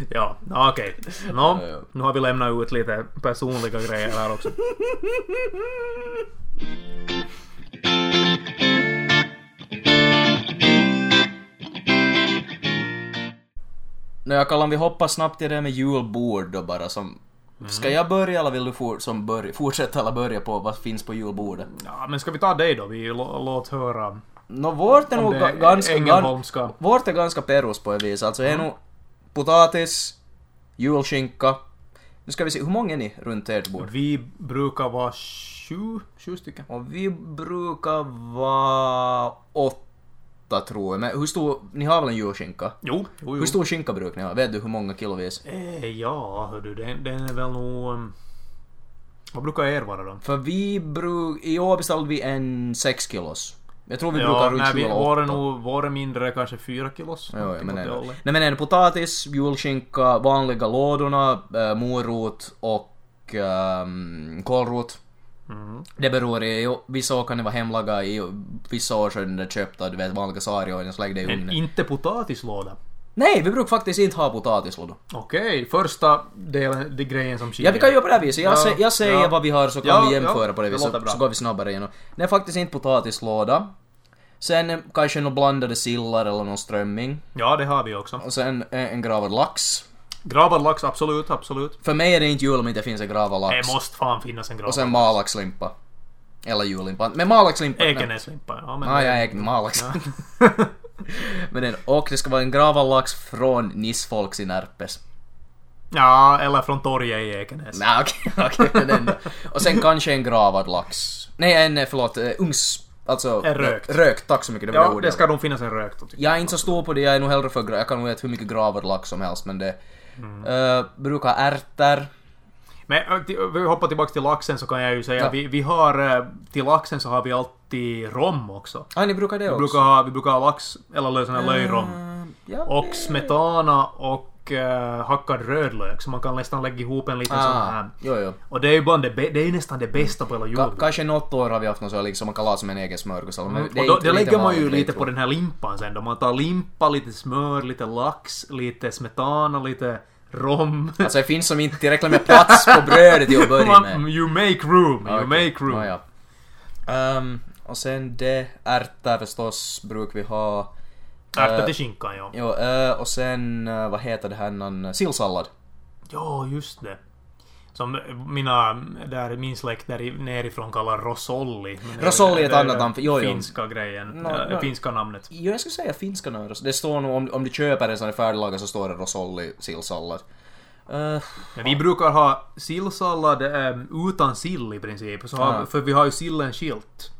Ja, nå, okej. Nå, Ja, ja. nu har vi lämnat ut lite personliga grejer här också. <laughs> Nå, jag kallar om vi hoppar snabbt till det här med julbord då bara som... Ska jag börja eller vill du for, som börja, fortsätta eller börja på vad finns på julbordet? Ja, men ska vi ta dig då? Vi lå- låt höra. Nå, vårt är Om nog det ga- är ganska... Ängelholmska. gan- Vårt är ganska perus på ett vis. Alltså, det är nog potatis, julskinka, Nu ska vi se, hur många är ni runt ert bord? Vi brukar vara sju, sju stycken. Och vi brukar vara åtta tror jag. Men hur stor, ni har väl en julskinka? Jo, jo, jo. Hur stor skinka brukar ni ha? Vet du hur många kilovis? Eh, ja, hördu, den, den är väl nog... ehm, Vad brukar er vara då? För vi bruk, i år beställde vi en 6 kilos. Jag tror vi brukar Ja, runt nej, vi 28. var det nog var det mindre, kanske fyra kilos. Jo, jo, någonting åt men det ändå. hållet. Nej men en potatis, julskinka, vanliga lådorna, äh, morot och ähm, kålrot. Mm. Det beror i, jo, vissa år kan det vara hemlaga, i vissa år så är det köpta, du vet vanliga sarioina, släng det i Men ugnen. inte potatislåda. Nej, vi brukar faktiskt inte ha potatislådor. Okej, första delen, det grejen som skiljer. Ja, vi kan göra på det här viset. Jag, Ja, sä- jag säger ja. vad vi har så kan Ja, vi jämföra ja, på det det viset, låter så, bra. så går vi snabbare igenom. Nej, faktiskt inte potatislåda. Sen eh, kanske några blandade sillar eller någon strömming. Ja, det har vi också. Och sen eh, en gravad lax. Gravad lax, absolut, absolut. För mig är det inte jul om det inte finns en gravad lax. Det måste fan finnas en gravad. Och sen malaxlimpa. Eller jullimpa. Men malaxlimpa... Ekenäslimpa. Ja, men... Nej, ah, ja, äg, <laughs> malax. Men den, och det ska vara en gravad lax från Nissfolks i Närpes. ja, eller från torget i Ekenäs. Nej, <laughs> okej, okej, den enda. Och sen kanske en gravad lax. Nej, en, eh, förlåt, eh, ungs... Alltså... En rökt. eh, Rökt, tack så mycket. Det var Ja, ordet. det ska nog finnas en rök då, tycker Jag är inte så stor på det, jag är nog hellre för gra- Jag kan nog äta hur mycket gravad lax som helst, men det... Mm. eh, brukar ärtor. Men ö, till- ö, vi hoppar tillbaka till laxen så kan jag ju säga Ja. att vi, vi har... eh, Till laxen så har vi alltid rom också. Ah, ni brukar det Vi också? brukar ha, vi brukar ha lax eller lö- sån här löjrom. Eh, ja, Och smetana och eh, hackad rödlök så man kan nästan lägga ihop en liten sån Ah, här. jo, jo. Och det är ju bara det, bä- det är ju nästan det bästa på hela Ka- julen. kanske något år har vi haft något så här, liksom man kan laga som en egen smörgås eller men Och då, inte- det lägger man ju vanligt, lite tror på den här limpan sen då. Man tar limpa, lite smör, lite lax, lite smetana, lite rom. jag. Alltså det finns som inte tillräckligt med plats på brödet till att börja <laughs> med. Man- you make room, you Okej, make room. nåja. Ehm, och sen det, ärtor förstås brukar vi ha. Ärta Eh, till skinkan ja. Jo, eh, och sen eh, vad heter det här någon sillsallad? Ja, just det. Som eh, mina, där min släkt där i- nerifrån kallar rosolli. Men det- Rosolli är det- ett det- annat namn för- jo, jo. Finska grejen. No, äh, no. Finska namnet. Jo, jag skulle säga finska nu. Det står nog om, om du köper en sån här färdiglagad så står det rosolli sillsallad. Eh, Men vi brukar ha sillsallad ehm, utan sill i princip. Så har, Ah. För vi har ju sillen skilt.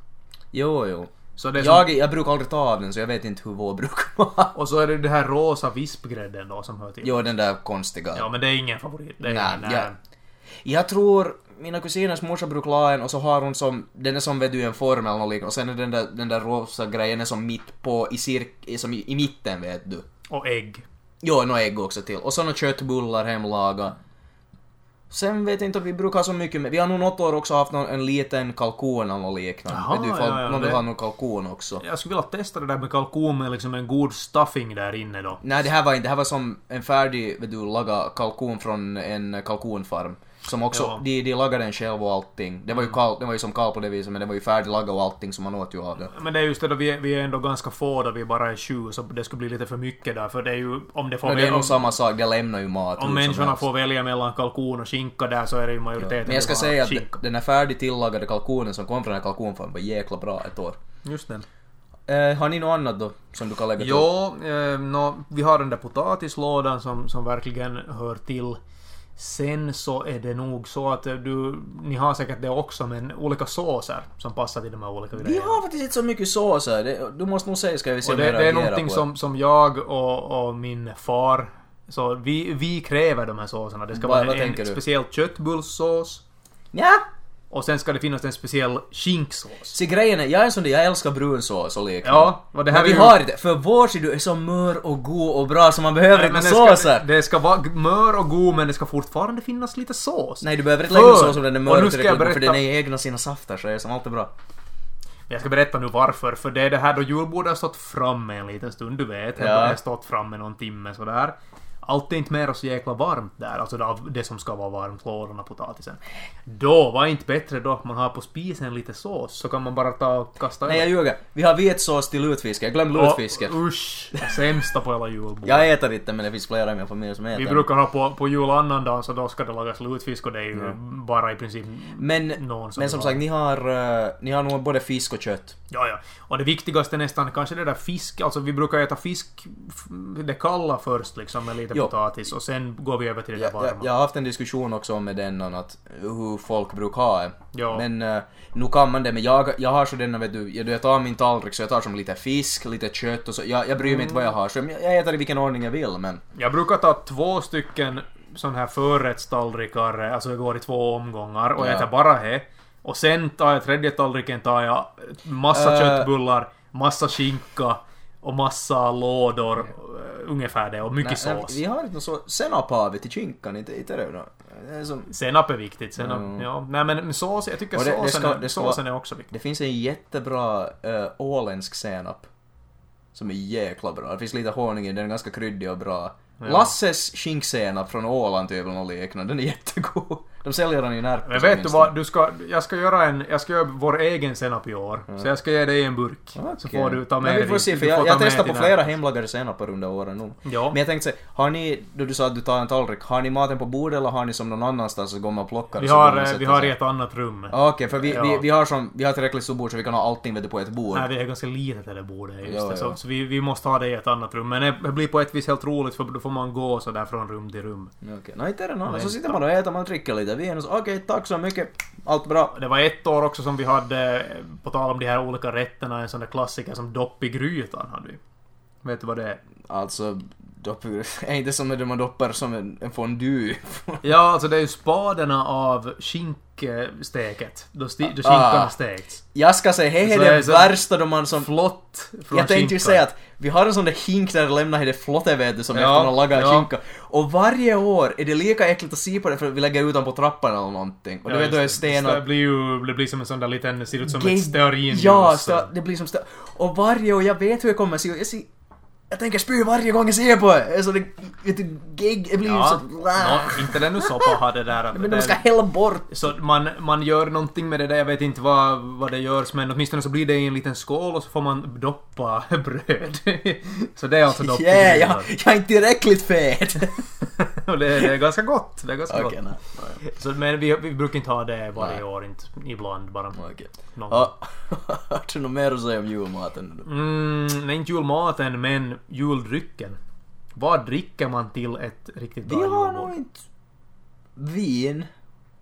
jo, jo. Så det är som, Jag, jag brukar aldrig ta av den så jag vet inte hur vår brukar vara. <laughs> och så är det den här rosa vispgrädden då som hör till. Jo, den där konstiga. Ja, men det är ingen favorit. Det är eh, Nej, ingen, ja. nej. Jag tror mina kusiners morsa brukar la en och så har hon som, den är som vet du en form eller något liknande och sen är den där, den där rosa grejen är som mitt på i cirk, i- som i, i mitten vet du. Och ägg. Jo, nå ägg också till. Och så några köttbullar hemlaga. Sen vet jag inte om vi brukar ha så mycket men vi har nog något år också haft någon, en liten kalkon eller något liknande. Jaha, vet du ifall ja, ja, någon vill det- ha någon kalkon också. Jag skulle vilja testa det där med kalkon med liksom en god stuffing där inne då. Nej, det här var inte, det här var som en färdig, vet du, laga kalkon från en kalkonfarm. Som också, Ja. Mm. de, de lagade den själv och allting. Det var ju, kall, det var ju som kall på det viset, men det var ju färdiglagad och allting som man åt ju av det. Men det är just det då vi är, vi är ändå ganska få då vi bara är sju så det skulle bli lite för mycket där för det är ju om det får Men det är välja, nog om, samma sak, det lämnar ju mat. hur om som människorna helst. får välja mellan kalkon och skinka där så är det ju majoriteten Men jag ska som har säga att skinka. den här färdigt tillagade kalkonen som kom från den här kalkonfarmen var jäkla bra ett år. Just det. Eh, har ni något annat då som du kan lägga till? Jo, eh, nå, vi har den där potatislådan som, som verkligen hör till. Sen så är det nog så att eh, du, ni har säkert det också men olika såser som passar till de här olika Vi grejerna. har faktiskt inte så mycket sås här. Det- Du måste nog säga, ska vi se Och om det, jag det är reagerar någonting på som, som jag och, och min far... Så vi, vi kräver de här såserna. Det ska Vad- vara vad en tänker du? speciell köttbullssås Ja, och sen ska det finnas en speciell skinksås. se grejen är, jag är en sån där, jag älskar brunsås och liknande. Ja, och det här Mm. men vi är ju- har inte, för vår sida är så mör och god och bra så man behöver inte Men några det, ska, såser. det ska vara mör och god men det ska fortfarande finnas lite sås. Nej, du behöver inte lägga För- sås om den är och mör nu ska jag tillräckligt god, för berätta- den är egna sina safter så är som alltid bra. Jag ska berätta nu varför, för det är det här då julbordet har stått framme en liten stund, du vet. Ja. Det har stått framme någon timme sådär. Allt är inte mer så jäkla varmt där, alltså det, av det som ska vara varmt, lådorna, potatisen. Då, var inte bättre då att man har på spisen lite sås, så kan man bara ta och kasta Nej, jag ljuger. Vi har vetsås till lutfisk, jag glömde lutfisken. Åh, Usch! det Sämsta på hela julbordet. Jag äter inte men det finns flera i min familj som äter. Vi brukar ha på, på julannandagen, så då ska det lagas lutfisk och det är ju bara i princip... Men, Någon som men som vill sagt, ni har, eh, ni har nog både fisk och kött. Ja, ja. Och det viktigaste nästan kanske det där fisk, alltså vi brukar äta fisk, f- det kalla först liksom med lite lite Jo. potatis och sen går vi över till det Jag, där jag, varma. jag har haft en diskussion också med den om att hur folk brukar ha det. Ja. Men eh, nu kan man det, men jag, jag har så denna vet du, jag, jag tar min tallrik så jag tar som lite fisk, lite kött och så. Jag, jag bryr mig inte vad jag Mm. har, så jag, jag äter i vilken ordning jag vill men Jag brukar ta två stycken sån här förrättstallrikar, alltså jag går i två omgångar och Ja. äter bara det. Och sen tar jag tredje tallriken, tar jag massa Äh. köttbullar, massa skinka och massa lådor, eh, ungefär det, och mycket Nej, eh, sås. Vi har inte någon sås. Senap har vi till kinkan, inte, inte det. då. Det, är som, Senap är viktigt. Senap, Mm. ja. Nej men men sås, jag tycker Och det- det såsen, ska- är, det ska såsen är vara- också viktig. det finns en jättebra eh, åländsk senap. Som är jäkla bra. Det finns lite honung i den, den är ganska kryddig och bra. Lasses skinksenap från Åland typ eller något liknande, den är jättegod. De säljer den i Närpes Men vet du åtminstone. vad, du ska, jag ska göra en, jag ska göra vår egen senap i år. Så jag ska ge dig en burk. Så Mm. Okej. får du ta med Men vi dig får din- se, för du jag, får jag ta med testar på dina- flera hemlagade senapar under åren nu. Ja. Men jag tänkte säga, har ni, då du sa att du tar en tallrik, har ni maten på bordet eller har ni som någon annanstans så går man och plockar? Vi så går har, man och eh, vi sätter har sig? i ett annat rum. Okej, för vi, vi, Ja. vi, har som, vi har tillräckligt stort bord så vi kan ha allting vet du, på ett bord. Nej, vi är ganska litet det där bordet. Just Ja, det. Så, ja. så vi, vi måste ha det i ett annat rum. Men det blir på ett vis helt roligt för då får man gå så där från rum till rum. Okej, nej inte är det någon annan. Så Nej. sitter man och äter, man dricker lite vin och så okej, tack så mycket, allt bra. Det var ett år också som vi hade, eh, på tal om de här olika rätterna, en sån där klassiker som dopp i grytan hade vi. Vet du vad det är? Alltså, dopp, <laughs> är inte som när man doppar som en, en fondue. Ja, alltså det är ju spaderna av skinksteket. Då, sti, då skinkan Ah. har stekts. <laughs> Jag ska säga, hej Så är är det det så- värsta då man som... Flott från Jag tänkte skinkan. ju säga att vi har en sån där hink där det lämnar i det flotte vet du som Ja, efter man har lagat ja. skinka. Och varje år är det lika äckligt att se på det för att vi lägger ut dem på trappan eller någonting. Och du Ja, vet då är just det. stenar Så Det blir ju det blir som en sån där liten, det ser ut som Gay- ett stearinljus. Ja, sta- det blir som sta- Och varje år, jag vet hur jag kommer se jag, ser, jag tänker spy varje gång jag ser på det. Alltså det, vet du, gig, det blir ju Ja, så... Nå, inte det nu soppa har det där. Men det- de ska hälla bort. Så man, man gör någonting med det där, jag vet inte vad, vad det görs, men åtminstone så blir det i en liten skål och så får man doppa <laughs> bröd. så det är alltså dopp i Yeah, jag, bröd. jag är inte tillräckligt fet. <laughs> Och det, det är ganska gott. Det är ganska Okej, nej. gott. Så, men vi, vi brukar inte ha det varje Nej. år, inte ibland bara. Okej. Någon. Ja, <laughs> Har du något mer att säga om julmaten? Mm, nej, inte julmaten, men juldrycken. Vad dricker man till ett riktigt bra Vi har julbord? nog inte vin,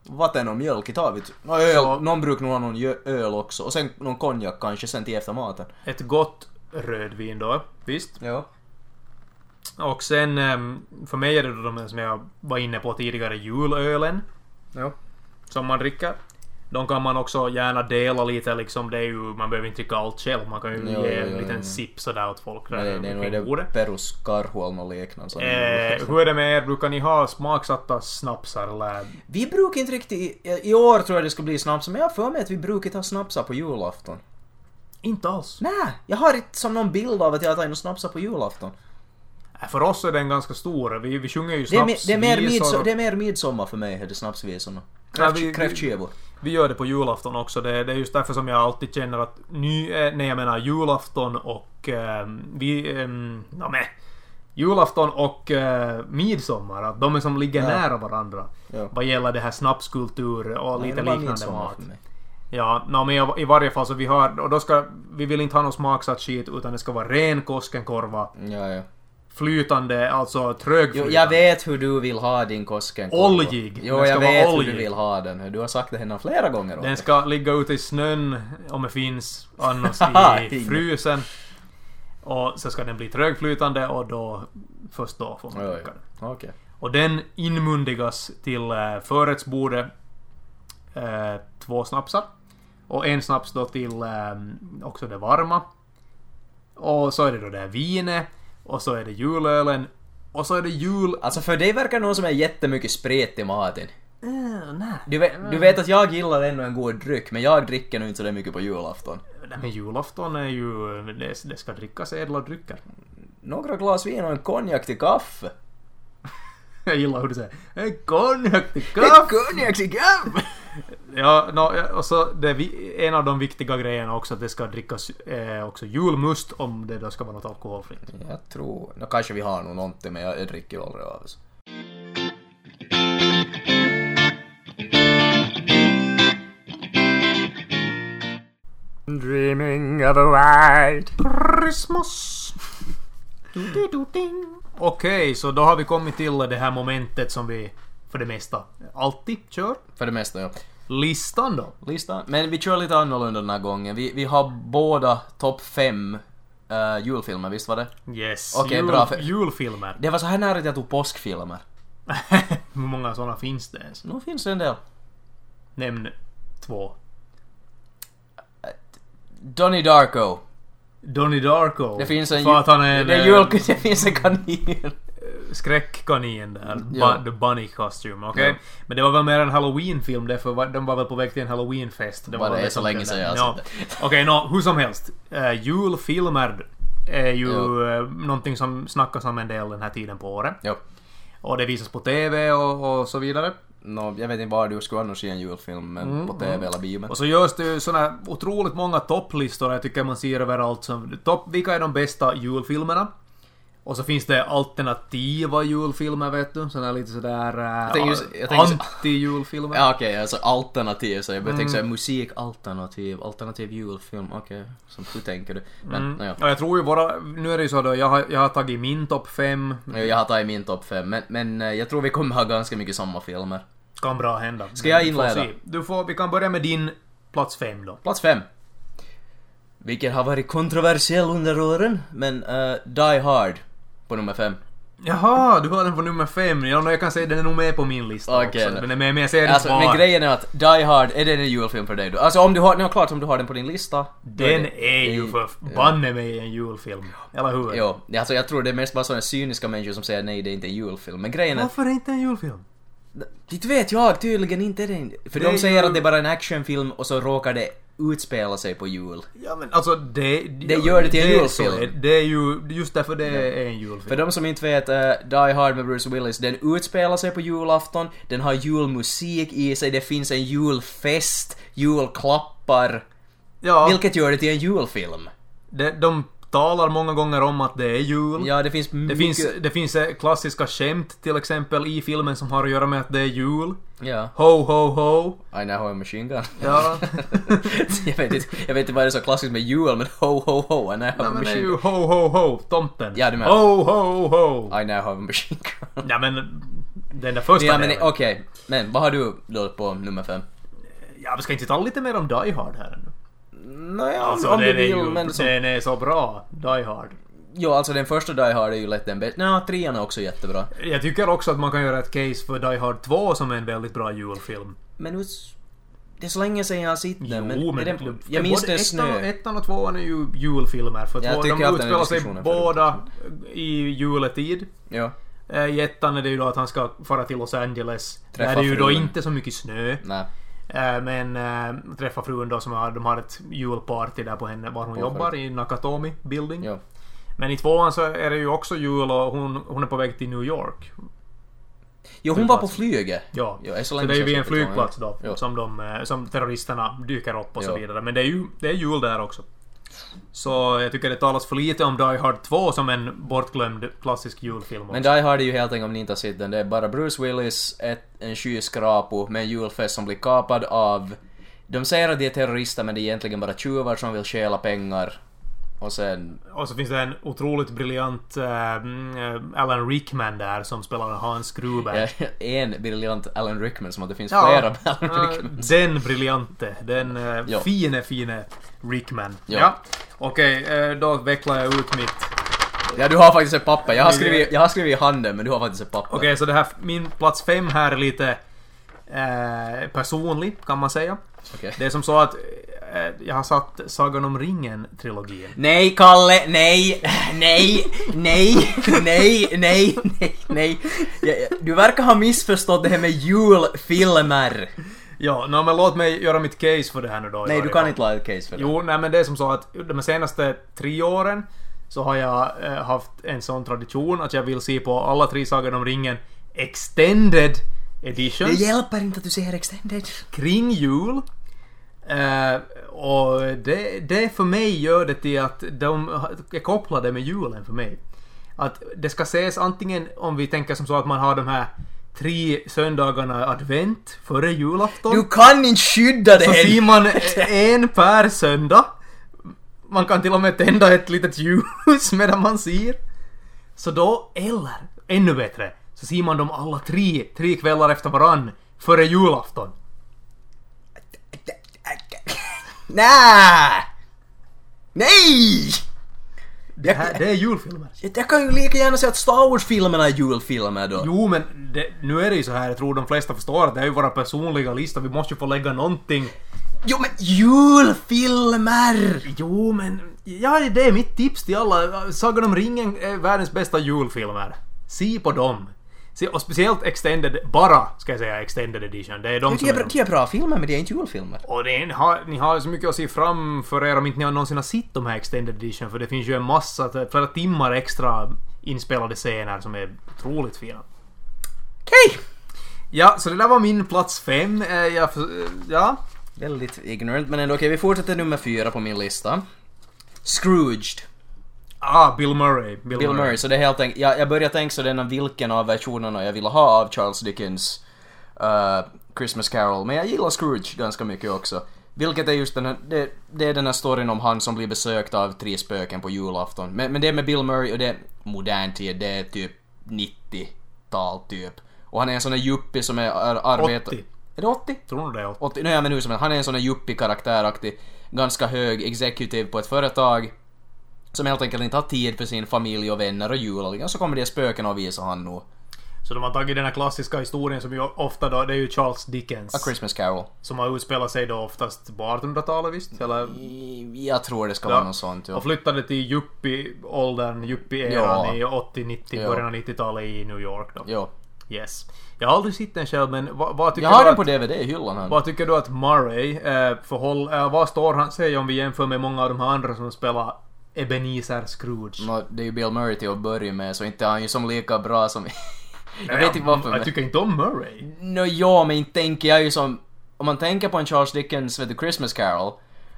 vatten och mjölk i taget. Och öl. Någon brukar nog ha någon jö- öl också. Och sen någon konjak kanske sen till efter maten. Ett gott rödvin då, visst. Ja. Och sen, ehm, för mig är det då de som jag var inne på tidigare, julölen. Ja. som man dricker. De kan man också gärna dela lite liksom, det är ju, man behöver inte dricka allt själv. Man kan ju Jo, ge jo, en jo, liten jo. sipp sådär åt folk. Nej, det, det är nog omkring är det bordet. peruskarhu eller något liknande. som- Eh, hur är det med er, brukar ni ha smaksatta snapsar eller? Vi brukar inte riktigt... I, I år tror jag det ska bli snaps, men jag har för mig att vi brukar ta snapsar på julafton. Inte alls. Nej, jag har inte som någon bild av att jag har tagit någon snapsar på julafton. Nej, För oss är den ganska stor. Vi, vi sjunger ju Det är, me, snapsvisor. det, är mer midsommar, det är mer midsommar för mig, är det snapsvisorna. Ja, Kräft, vi- vi- kräftskivor. Vi gör det på julafton också. Det, det är just därför som jag alltid känner att ny, eh, nej jag menar julafton och ehm, vi, um, no, men, julafton och eh, midsommar, att de är som ligger Ja. nära varandra. Ja. Vad gäller det här snapskultur och Nej, lite det var liknande midsommar mat. för mig. Ja, no, men i- i varje fall så vi har, och då ska, vi vill inte ha någon smaksatt skit utan det ska vara ren Koskenkorva, Ja, ja. flytande, alltså Jo, trögflytande. jag vet hur du vill ha din Koskenkorva. Oljig. Jo, Den ska jag vara vet hur oljig. du vill ha den. Du har sagt det henne flera gånger. Den Robert. ska ligga ute i snön om det finns, <laughs> annars i Ingen. frysen. Och så ska den bli trögflytande och då, först då får man Oj, dricka den. Okej. Och den inmundigas till eh, förrättsbordet. Eh, två snapsar. Och en snaps då till eh, också det varma. Och så är det då det här vinet. Och så är det julölen. Och så är det jul... Alltså för dig verkar någon som är jättemycket spret i maten. Eh, nej. Du vet, du vet att jag gillar ändå en god dryck, men jag dricker nu inte så där mycket på julafton. Nej, men julafton är ju... Det, det ska drickas ädla drycker. <laughs> Några glas vin och en konjak till kaffe. Jag gillar hur du säger "En konjak till <laughs> En kaffe. konjak till kaffe! Ja, nå, ja, och så det, är vi- en av de viktiga grejerna också att det ska drickas eh, också julmust om det då ska vara något alkoholfritt. <laughs> Jag tror... Nå, kanske vi har nog någonting, men jag, jag dricker ju aldrig av det. så. Dreaming of a white Christmas! Du-di-du-ding. Okej, så då har vi kommit till det här momentet som vi för det mesta alltid kör. För det mesta, ja. Listan då? Listan. Men vi kör lite annorlunda den här gången. Vi, vi har båda topp fem eh, julfilmer, visst var det? Yes. Okej, bra, för- Julfilmer. Det var så här nära att jag tog påskfilmer. <laughs> Hur många sådana finns det ens? Nu finns det en del. Nämn två. Donnie Darko. Donnie Darko. Det finns en... För att han är det, är eh, jul, <laughs> det finns en kanin. skräckkanin där. Bu- Mm, Ja. The Bunny Costume, okej? Ja. Men det var väl mer en Halloween-film därför va- de var väl på väg till en Halloween-fest. Bara var det väl är så som länge den sedan där. jag har Ja. <laughs> Okej, nå, hur som helst. Eh, julfilmer är ju Jo. uh, någonting som snackas om en del den här tiden på året. Jo. Och det visas på TV och, och så vidare. Nå, jag vet inte var du skulle annars se en julfilm, men på TV eller bio. Mm. Och så görs det ju såna otroligt många topplistor, jag tycker man ser överallt. Som, topp, vilka är de bästa julfilmerna? Och så finns det alternativa julfilmer, vet du. Såna här lite sådär... Jag Äh, tänker just- jag tänker så- anti-julfilmer. Ja okej, alltså alternativ så jag började Mm. tänka såhär musikalternativ, alternativ julfilm, okej. Som du tänker du. Men Mm. nåja. Och jag tror ju våra... Nu är det ju så då, jag har, jag har tagit min topp fem. Jo, Jag har tagit min topp fem, men, men eh, jag tror vi kommer ha ganska mycket samma filmer. Kan bra hända. Ska jag Vi får inleda? se. Du får, vi kan börja med din plats fem då. Plats fem. Vilken har varit kontroversiell under åren, men eh, Die Hard på nummer fem. Jaha, du har den på nummer fem. Ja, men jag kan säga den är nog med på min lista Okej, också. då. Den är med, men jag ser den Alltså, men kvar. grejen är att Die Hard, är det en julfilm för dig då? Alltså om du har, nu är det klart om du har den på din lista. då Den det- är ju för banne mig en julfilm. Eller hur? Jo, alltså jag tror det är mest bara sådana cyniska människor som säger nej, det är inte en julfilm. Men grejen är att Varför är det inte en julfilm? Det vet jag tydligen inte. Det. För Det är de säger ju- att det är bara en actionfilm och så råkar det utspela sig på jul. Ja men alltså det... Det gör det till en är julfilm. så det- Det är ju just därför det är en julfilm. För de som inte vet, eh, Die Hard med Bruce Willis, den utspelar sig på julafton, den har julmusik i sig, det finns en julfest, julklappar. ja, Vilket gör det till en julfilm. det, de talar många gånger om att det är jul. Ja, det finns Det mycket... finns, det finns eh, klassiska skämt till exempel i filmen som har att göra med att det är jul. Ja. Ho, ho, ho. I now have a machine gun. Ja. <laughs> jag, vet inte, jag vet inte vad det är så klassiskt med jul, men ho ho ho, I now have Nej, a men det är machine ju gun. ho, ho, ho, tomten. Ja, du menar- Ho, ho, ho. I now have a machine gun. Ja, men den där första ja, men delen. okej. Men vad har du då på nummer fem? Ja, vi ska inte tala lite mer om Die Hard här ännu. Nåja, Alltså, om du den, är vill, ju, men som... den är så bra, Die Hard. Jo, alltså den första Die Hard är ju lätt den bästa. Nja, trean är också jättebra. Jag tycker också att man kan göra ett case för Die Hard 2 som är en väldigt bra julfilm. Men nu... s- Det är så länge sedan jag har sett den, men... Jo, är men... den, för jag minns både det är ettan, och- snö. ettan och tvåan är ju julfilmer för Jag två, tycker de att den är utspelar sig diskussionen förut. båda i juletid. Ja. Eh, I ettan är det ju då att han ska fara till Los Angeles. Träffa Där är det ju då frun. inte så mycket snö. Nej. Eh, Men äh, träffa frun då som har, de har ett julparty där på henne, var hon På jobbar, i Nakatomi Building. Jo. Men i tvåan så är det ju också jul och hon, hon är på väg till New York. Jo, hon var på flyget. Ja, Jo, är så så, länge det är ju sedan vid en jag såg den, flygplats då ja. som, de, eh, som terroristerna dyker upp och så Ja. vidare. Men det är ju det är jul där också. Så jag tycker det talas för lite om Die Hard 2 som en bortglömd klassisk julfilm också. Men Die Hard är ju helt enkelt, om ni inte har sett den, det är bara Bruce Willis, ett, en skyskrapo med en julfest som blir kapad av... De säger att de är terrorister, men det är egentligen bara tjuvar som vill stjäla pengar. Och sen... Och så finns det en otroligt briljant eh, mm, eh, Alan Rickman där som spelar Hans Gruber. Ja, <laughs> en briljant Alan Rickman, som att det finns Ja. flera Alan Ja, Rickman. Den briljante. Den eh, Ja. fine, fine Rickman. Ja. Ja. Okej, eh, då vecklar jag ut mitt. Ja, du har faktiskt ett papper. Jag har skrivit, jag har skrivit i handen, men du har faktiskt ett papper. Okej, så det här, min plats fem här är lite eh, personlig, kan man säga. Okej. Det är som så att eh, jag har satt Sagan om ringen-trilogin. Nej, Kalle, nej, <laughs> nej, nej, <laughs> nej, nej, nej, nej. Ja, ja, Du verkar ha missförstått det här med julfilmer. Ja, nå, men låt mig göra mitt case för det här nu då. i Nej, du varje kan fall. inte lägga ett case för det. Jo, nej men det är som så att de senaste tre åren så har jag eh, haft en sån tradition att jag vill se på alla tre Sagan om ringen Extended Det Editions hjälper inte att du ser extended. kring jul. Eh, och det, det för mig gör det till att de är kopplade med julen för mig. Att det ska ses antingen om vi tänker som så att man har de här tre söndagarna advent före julafton. Du kan inte skydda det Så här. ser man en per <laughs> söndag. Man kan till och med tända ett litet ljus medan man ser. Så då, eller ännu bättre, så ser man dem alla tre, tre kvällar efter varann, före julafton. <laughs> Nej! Nej! Det, här, det är julfilmer. Jag kan ju lika gärna säga att Star Wars-filmerna är julfilmer då. Jo, men det, nu är det ju så här, jag tror de flesta förstår att det här är ju våra personliga listor, vi måste ju få lägga någonting. Jo men julfilmer! Jo, men... Ja, det är mitt tips till alla. Sagan om ringen är världens bästa julfilmer. Se på dem. Se, och speciellt Extended, bara ska jag säga, Extended Edition. Det är de Det som är, är Typ bra, de. det är bra filmer men det är inte julfilmer. Och det är, ni har- ni har så mycket att se framför er om inte ni har någonsin har sett de här Extended Edition för det finns ju en massa, flera timmar extra inspelade scener som är otroligt fina. Okej! Ja, så det där var min plats fem. Eh, Jag, för- eh, ja. Väldigt ignorant men ändå okej, vi fortsätter nummer fyra på min lista. Scrooged. Ah, Bill Murray. Bill, Bill Murray, så det är helt enkelt, jag, jag börjar tänka sådana vilken av versionerna jag ville ha av Charles Dickens eh, Christmas Carol, men jag gillar Scrooge ganska mycket också. Vilket är just den här, det, det är den här storyn om han som blir besökt av tre spöken på julafton. Men, men det är med Bill Murray och det är modern tid, det är typ 90-tal typ. Och han är en sån där yuppie som är, är arbetar... 80. Är det 80? Tror du det? 80, nej men hur som helst, han är en sån där yuppie-karaktäraktig, ganska hög executive på ett företag som helt enkelt inte har tid för sin familj och vänner och julaligan så kommer det spöken och visar han nog. Så de har tagit den här klassiska historien som ju ofta då, det är ju Charles Dickens. A Christmas Carol. Som har utspelat sig då oftast på 1800-talet visst? Eller? I- Jag tror det ska Ja. vara något sånt. Ja. Och flyttade till yuppie-åldern, Ja. yuppie-eran i 80-90, Ja. början av 90-talet i New York då. Jo. Yes. Jag har aldrig sett den själv men vad, vad, tycker, Jag har du den på att, DVD i hyllan här. vad tycker du att Murray eh, förhåll, eh, Vad står han sig om vi jämför med många av de här andra som spelar Ebenezer Scrooge? Nå, det är ju Bill Murray till att börja med så inte är han ju som lika bra som... <laughs> jag vet inte varför Jag men... tycker inte om Murray. Nå ja, men inte tänker jag ju som... Om man tänker på en Charles Dickens vet du, Christmas Carol,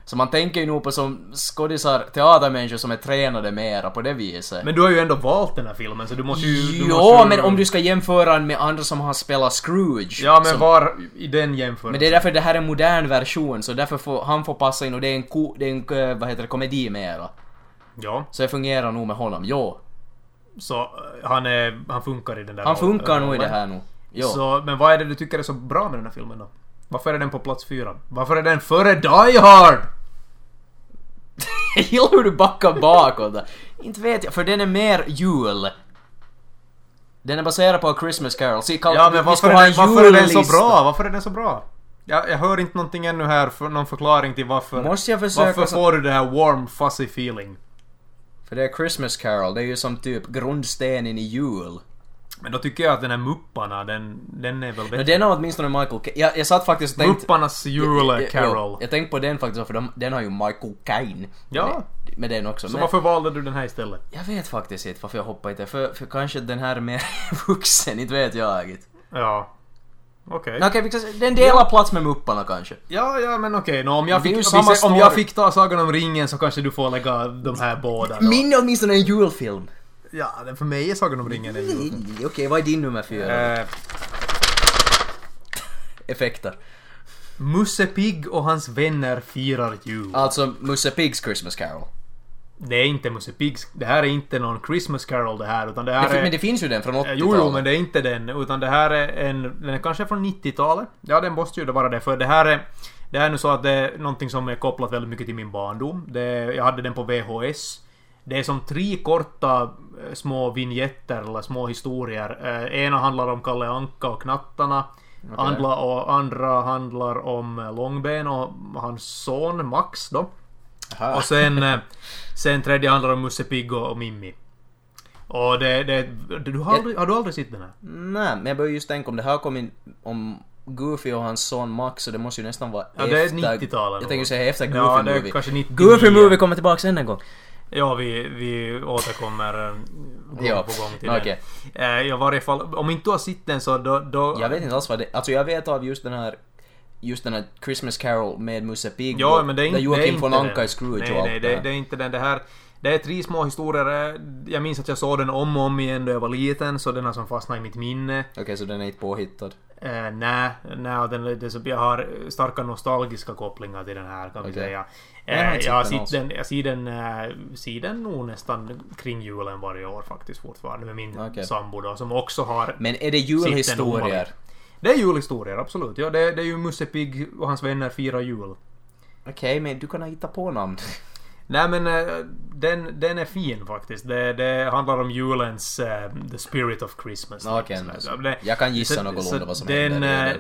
så man tänker ju nog på som skådisar, teatermänniskor som är tränade mera på det viset. Men du har ju ändå valt den här filmen så du måste ju... du måste Jo, ju- men om du ska jämföra den med andra som har spelat Scrooge. Ja men så, var i den jämförelsen? men det är därför det här är en modern version, så därför får han får passa in och det är en, ko, det är en eh, vad heter det, komedi mera. Ja, Så det fungerar nog med honom, jo. så eh, han, är, han funkar i den där Han rollen- funkar nog i det rollen. här nu. Jo. Så, men vad är det du tycker är så bra med den här filmen då? Varför är den på plats fyra? Varför är den före Die Hard? <laughs> Jag gillar hur du backar bakåt där. Inte vet jag, för den är mer jul. Den är baserad på A Christmas Carol. Se, Kalle, Ja vi men ska varför är, ha den, en varför är den så jullista. bra? Varför är den så bra? Jag, jag hör inte någonting ännu här, för, någon förklaring till varför. Måste jag försöka varför så- får du det här warm fuzzy feeling? För det är Christmas Carol, det är ju som typ grundstenen i jul. Men då tycker jag att den här Mupparna, den, den är väl Men bättre? den har åtminstone Michael Ca- jag, jag satt faktiskt och tänkte... Mupparnas Jag- Jule jag- Carol. Jag, jag tänkte på den faktiskt, för de, den har ju Michael Caine. Ja. Med, med den också. Så men varför valde du den här istället? Jag vet faktiskt inte varför jag hoppade inte. För, för kanske den här är mer <laughs> vuxen, inte vet jag. inte. Ja. Okej. Okej, vi kan- den delar plats med Mupparna kanske. Ja, ja men okej. Nå, om, jag Det är fick, ju om, samma vi säger- om jag story. fick ta Sagan om ringen så kanske du får lägga de här båda. Då. Min är åtminstone en julfilm. Ja, det- för mig är Sagan om ringen en jul. Okej, vad är din nummer fyra? Eh, Effekter. Musse Pigg och hans vänner firar jul. Alltså Musse Pigs Christmas Carol. Det är inte Musse Piggs. Det här är inte någon Christmas Carol det här utan det Det här fin- är... men det finns ju den från 80-talet. Eh, Jo, jo, men det är inte den. Utan det här är en... Den är kanske från 90-talet. Ja, den måste ju vara det. För det här är... Det här är nu så att det är någonting som är kopplat väldigt mycket till min barndom. Det, jag hade den på VHS. Det är som tre korta eh, små vignetter eller små historier. Eh, ena handlar om Kalle Anka och knattarna. Andra, och andra handlar om eh, Långben och hans son Max då. Aha. Och sen, eh, sen tredje handlar om Musse Pigg och och Mimmi. Och det, det, du har, aldrig, har du aldrig sett den här? Nej, men jag börjar just tänka om det här kom in om Goofy och hans son Max så det måste ju nästan vara Ja, efter... det är 90-talet Jag nog. tänker säga efter Goofy Ja, det är Movie. kanske 99. Goofy Movie kommer tillbaka sen en gång. Ja, vi, vi återkommer eh, gång Ja, på gång till okej. den. Eh, I varje fall, om inte du har sett den så då... då Jag vet inte alls vad det... Alltså jag vet av just den här... Just den här Christmas Carol med Musse Pigg. Ja, och- men det är där inte, det är Joakim inte von Anka den. är Scrooge nej, och allt Nej, det det, här. det är inte den. Det här... Det är tre små historier. eh, Jag minns att jag såg den om och om igen då jag var liten, så den har som fastnat i mitt minne. Okej, så den är inte påhittad. Eh, nej, nej den, det, är så- jag har starka nostalgiska kopplingar till den här kan vi Okej. säga. Jag har Eh, inte jag, har sett den sett den, jag ser den, eh, ser den nog nästan kring julen varje år faktiskt fortfarande med min Okej. sambo då, som också har... Men är Sitter det julhistorier? normalt. Det är julhistorier, absolut. Ja, det, det är ju Musse Pigg och hans vänner firar jul. Okej, men du kan ha hittat på namn. Nej men eh, den, den är fin faktiskt. Det, det handlar om julens eh, The Spirit of Christmas. Ja, okej, Så- men- så det- jag kan gissa så- någorlunda så vad som den, händer.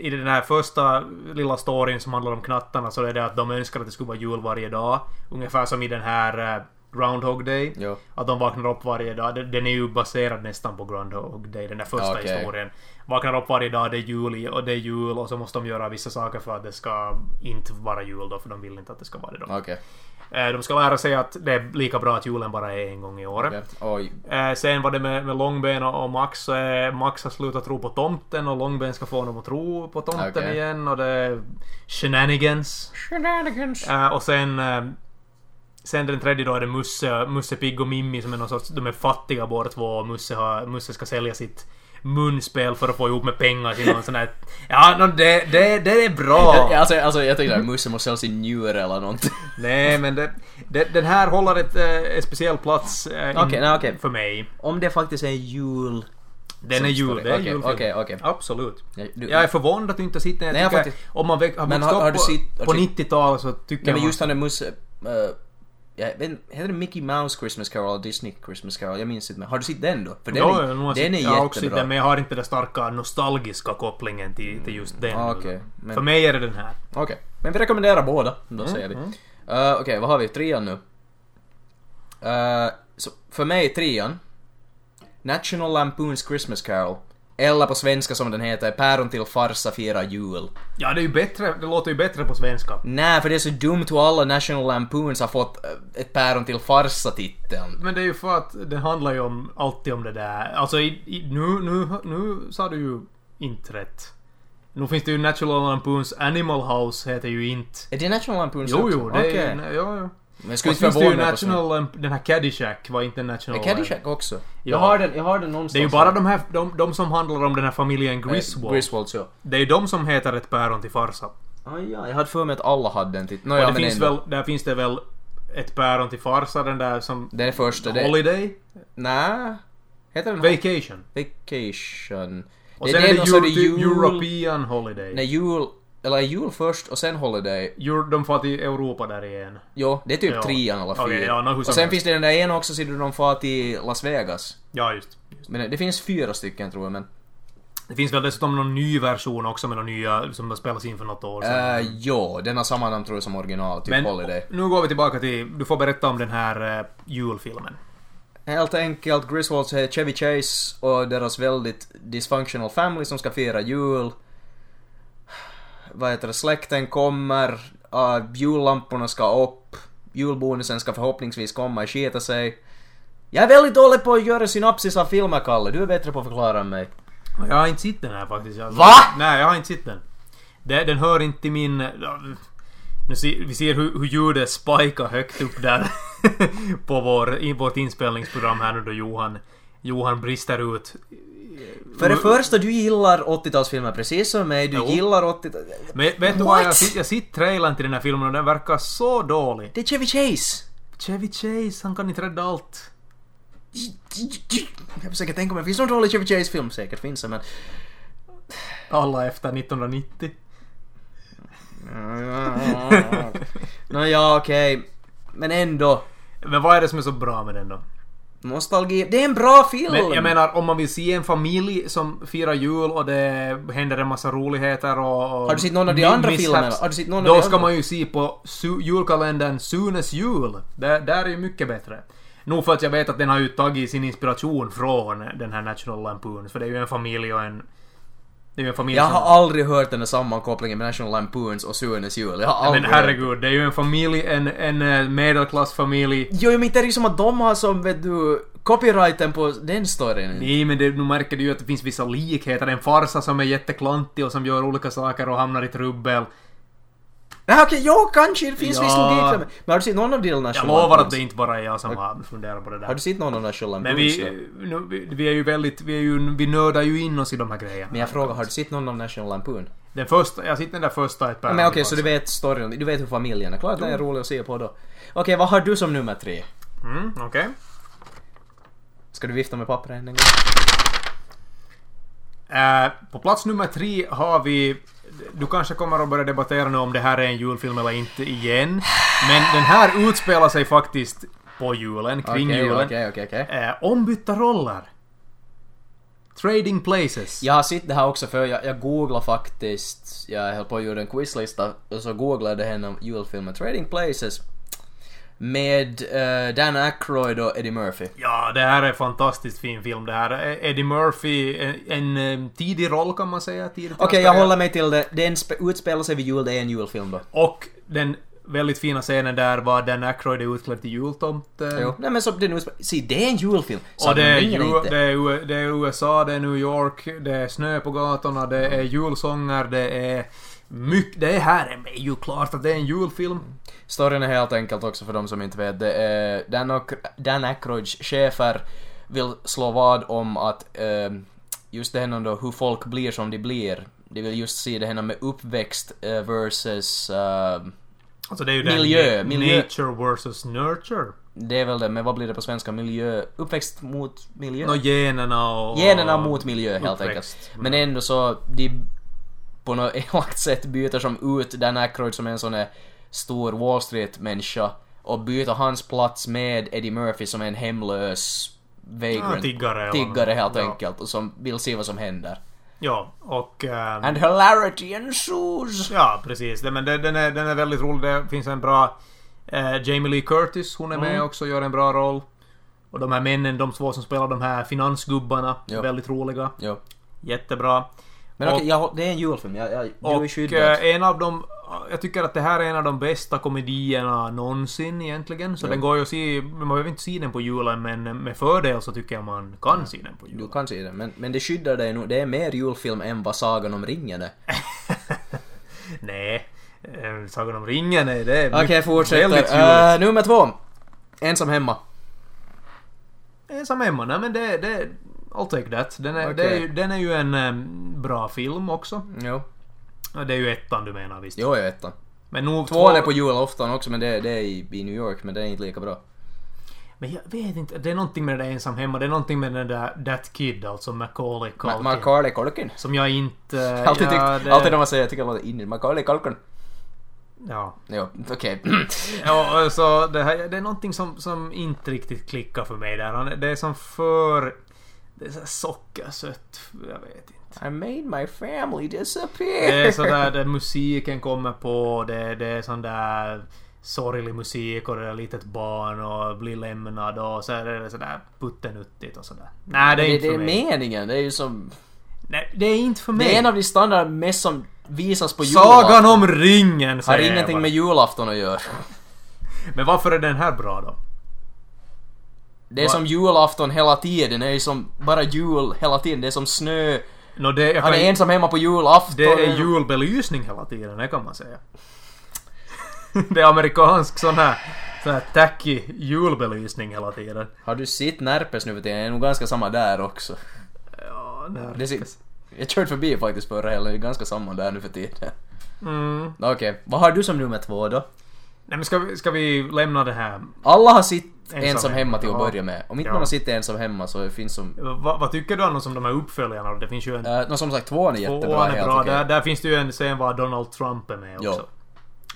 eh, I den här första lilla storyn som handlar om knattarna så är det att de önskar att det skulle vara jul varje dag. Ungefär som i den här eh, Groundhog Day. <laughs> Jo. Att de vaknar upp varje dag. Den den är ju baserad nästan på Groundhog Day, den där första Okej. historien. Vaknar upp varje dag, det är jul i- och det är jul och så måste de göra vissa saker för att det ska inte vara jul då för de vill inte att det ska vara det då. Okej. Eh, De ska lära sig att det är lika bra att julen bara är en gång i året. okej. Oj. Eh, Sen var det med, med Långben och och Max. eh, Max har slutat tro på tomten och Långben ska få honom att tro på tomten Okej. igen. Och det är shenanigans. Eh, Och sen... eh, Sen den tredje då är det Musse, Musse Pigg och Mimmi som är någon sorts... De är fattiga båda två och Musse, har, Musse ska sälja sitt munspel för att få ihop med pengar till någon sån här... Ja, no, det, det, det är bra! Alltså, alltså jag tänkte att Musse måste sälja sin njure eller <laughs> någonting. Nej, men det, det, den här håller ett, eh, en speciell plats eh, in- Okej, nej, okej. för mig. Om det faktiskt är jul... Den är jul, det är Okej, julfilm. okej, okej. Absolut. Nej, du- Jag är förvånad att du inte sitter... Nej, jag Jag tycker, faktiskt- om man väx, har Men vuxit har- upp har du på, sett- har på du sett- 90-talet så tycker Nej men man... just han är Musse... eh, jag vet inte, heter det Mickey Mouse Christmas Carol, Disney Christmas Carol? Jag minns inte men har du sett den då? För den, Ja, är, jag har sett- den är jag har också sett jättebra. den, men jag har inte den starka nostalgiska kopplingen till, till just den. Ah, okej, men- För mig är det den här. Okej, men vi rekommenderar båda. Då Mm, säger vi. Eh, Okej, vad har vi? Trean nu. Eh, så för mig trean. National Lampoons Christmas Carol. Eller på svenska som den heter, Päron till farsa firar jul. Ja, det är ju bättre. Det låter ju bättre på svenska. Nej, för det är så dumt hur alla National Lampoons har fått eh, ett Päron till farsa-titeln. Men det är ju för att den handlar ju om, alltid om det där. Alltså i, i, nu, nu, nu sa du ju inte rätt. Nu finns det ju Natural Lampoons Animal House heter ju inte... Är det National Lampoons Jo, också? jo, det är Okej. ju... Ja, ja. Men jag skulle Och inte finns det ju förvåna mig på svenska. National Lamp... Den här Caddyshack var inte en National Är Caddyshack också? Jag har den, jag har den någonstans. Det är ju bara de här... De, de som handlar om den här familjen Griswold. Eh, Griswold. Griswold, så. Det är ju de som heter ett päron till farsa. Ah, ja, jag hade för mig att alla hade den titeln. Nåja, Ja, det men finns ändå. väl... Där finns det väl ett päron till farsa, den där som... Den första, det... Holiday? Nej. Heter den Vacation? Vacation? Och sen är det, någon Euro- sån där European Holiday. Nej, jul... Eller är jul först och sen Holiday. Euro, de far till Europa där igen. Jo, det är typ Ja. trean eller fyran. Okej, ja, nå, hur och som sen helst. finns det den där ena också, ser du, de far till Las Vegas. Ja, just. Men det finns fyra stycken tror jag, men... Det finns väl dessutom någon ny version också med några nya som har spelats in för något år sedan. Äh, jo, den har samma namn tror jag som original, typ Men Holiday. nu går vi tillbaka till... Du får berätta om den här eh, julfilmen. Helt enkelt, Griswolds är Chevy Chase och deras väldigt dysfunctional family som ska fira jul. Vad heter det, släkten kommer, uh, jullamporna ska upp, julbonusen ska förhoppningsvis komma och skita sig. Jag är väldigt dålig på att göra synopsis av filmer, Kalle. Du är bättre på att förklara än mig. Jag har inte sett den här faktiskt. Alltså, Va? Nej, jag har inte sett den. Det- Den hör inte till min... eh, Nu ser, vi ser hur, hur ljudet spikar högt upp där <laughs> på vår, i vårt inspelningsprogram här nu då Johan, Johan brister ut. För det första, du gillar 80-talsfilmer precis som mig. Du Jo. gillar 80-tal... Men vet du vad? Jag What? ser- jag ser trailern till den här filmen och den verkar så dålig. Det är Chevy Chase! Chevy Chase, han kan inte rädda allt. Jag försöker tänka om det finns någon dålig Chevy Chase-film. Säkert finns det, men... Alla efter 1990. Ah. Nåja, okej. Men ändå. <laughs> Men vad är det som är så bra med den då? Nostalgi. Det är en bra film! Men jag menar om man vill se en familj som firar jul och det händer en massa roligheter och... och Har du sett någon av de mi- andra mishaps, filmerna? Har du sett någon av de Då ska andra? man ju se på su- julkalendern Sunes jul. Där, där är ju mycket bättre. Nog för att jag vet att den har ju tagit sin inspiration från den här National Lampoon. För det är ju en familj och en... Det är ju en familj jag som... har aldrig hört den här sammankopplingen med National Lampoons och Sunes jul. Jag har aldrig Men hört. herregud, det är ju en familj, en, en eh, medelklassfamilj. Jo, men inte är det som att de har som, vet du, copyrighten på den storyn. Nej men det, nu märker du ju att det finns vissa likheter. En farsa som är jätteklantig och som gör olika saker och hamnar i trubbel. Nej okej, ja kanske det finns Ja. viss logik där. Men har du sett någon av de där Jag Sherlock lovar att Holmes? det inte bara är jag som har funderat på det Har där. du sett någon av de där Sherlock Men Holmes? vi, nu, vi- vi är ju väldigt... Vi, är ju, vi nördar ju in oss i de här grejerna. Men jag frågar, har du sett någon av National Lampoon? Den första... Jag sitter den där första ett par Ja, men okej, så du vet storyn, du vet hur familjen är. Klart den är rolig att se på då. Okej, vad har du som nummer tre? Mm, okej. Ska du vifta med pappret än en gång? Eh, på plats nummer tre har vi... Du kanske kommer att börja debattera nu om det här är en julfilm eller inte igen. Men den här utspelar sig faktiskt på julen, kring Okej, julen. Okej, okej, okej. Eh, ombytta roller. Trading places. Jag har sett det här också för jag, jag googlade faktiskt, jag höll på att göra en quizlista, och så googlade jag henne om julfilmen Trading Places med eh, Dan Aykroyd och Eddie Murphy. Ja, det här är en fantastiskt fin film det här. Eh, Eddie Murphy, en, en eh, tidig roll kan man säga. Tidigt Okej, jag håller mig till det. Den spe- utspelar sig vid jul, det är en julfilm då. Och den väldigt fina scenen där var Dan Aykroyd är utklädd till jultomten. Jo. Nej men så den utspelar... Se, det är en julfilm! Så Och Mm. det är, den ju, inte. det, är, U- det är USA, det är New York, det är snö på gatorna, det är julsånger, det är mycket. Det här är ju klart att det är en julfilm. Storyn är helt enkelt också för de som inte vet. Det är Dan, och, Dan Aykroyds chefer vill slå vad om att eh, just det här då hur folk blir som de blir. De vill just se det här med uppväxt eh, versus eh, Alltså det är ju den Miljö, miljö. nature versus nurture. det är väl det, men vad blir det på svenska? Miljö... Uppväxt mot miljö? Och generna och... Generna mot miljö helt uppväxt. enkelt. Men ändå så, de på något <laughs> elakt sätt byter som ut Dan Aykroyd som en sån här stor Wall Street-människa och byter hans plats med Eddie Murphy som är en hemlös vagrant. Ja, tiggare eller Tiggare helt något. Ja. enkelt och som vill se vad som händer. Ja, och... ehm, And hilarity ensues! Ja, precis. Det- Men det, den, är, den är väldigt rolig. Det finns en bra... Eh, Jamie Lee Curtis, hon är Mm. med också, gör en bra roll. Och de här männen, de två som spelar de här finansgubbarna, Ja. väldigt roliga. Jo. Jättebra. Men okej, jag- det är en julfilm. Jag, jag, du är Och skyddad. eh, en av de... Jag tycker att det här är en av de bästa komedierna någonsin egentligen. Så den går ju att se... Man behöver inte se den på julen men med fördel så tycker jag man kan se den på Du julen. kan se den, men, men det skyddar dig nog. Det är mer julfilm än vad Sagan om ringen är. Nej. Eh, Sagan om ringen är det. är Okej, mycket- Väldigt fortsätter. juligt. Uh, nummer två. Ensam hemma. Ensam hemma, Eh, nej men det... det I'll take that. Den är, det är, Okej. ju- den är ju en em, bra film också. Jo. Det är ju ettan du menar visst? Jo, jag vet den. Men nog Tvåan är på julafton också, men det, det är i, i New York, men det är inte lika bra. Men jag vet inte. Det är någonting med det där ensam hemma. Det är någonting med den där That Kid, alltså Macaulay Culkin. Macaulay Culkin. som jag inte... eh, <laughs> Alltid tyckt, ja, det- alltid när man säger jag tycker det låter indie. Macaulay Culkin. Ja. Jo, <clears throat> okej. Ja, alltså det, här, det är någonting som, som inte riktigt klickar för mig där. Han, det är som för... Det är så här sockersött. Jag vet inte. I made my family disappear. Det är sådär där musiken kommer på. Det, det är sån där sorglig musik och det är litet barn och blir lämnad och så är det sådär puttenuttigt och sådär. Nej, det är det, inte det för är mig. meningen, det är ju som... Nej, det är inte för Det är mig. en av de standard mest som visas på julafton. Sagan om ringen Har säger jag ingenting bara. med julafton att göra. Men varför är den här bra då? Det är som julafton hela tiden, det är ju som bara jul hela tiden, det är som snö. Nå, det, jag Han kan- är ensam hemma på julafton. Det är julbelysning hela tiden, det kan man säga. <laughs> Det är amerikansk sån här, sån här tacky julbelysning hela tiden. Har du sett Närpes nu för tiden? Det är nog ganska samma där också. Ja, när- Det ser, jag körde förbi faktiskt förra helgen, det är ganska samma där nu för tiden. Mm. Okej, vad har du som nummer två då? Nej men ska vi, ska vi lämna det här? Alla har sitt ensam, Ensam hemma till att hemma, ja. börja med. Om inte Ja. någon sitter ensam hemma så det finns som... Va, vad tycker du annars om de här uppföljarna? Det finns ju en... Uh, som sagt, tvåan är jättebra. Tvåan är helt bra. okej. Där, där finns det ju en scen var Donald Trump är med Jo. också.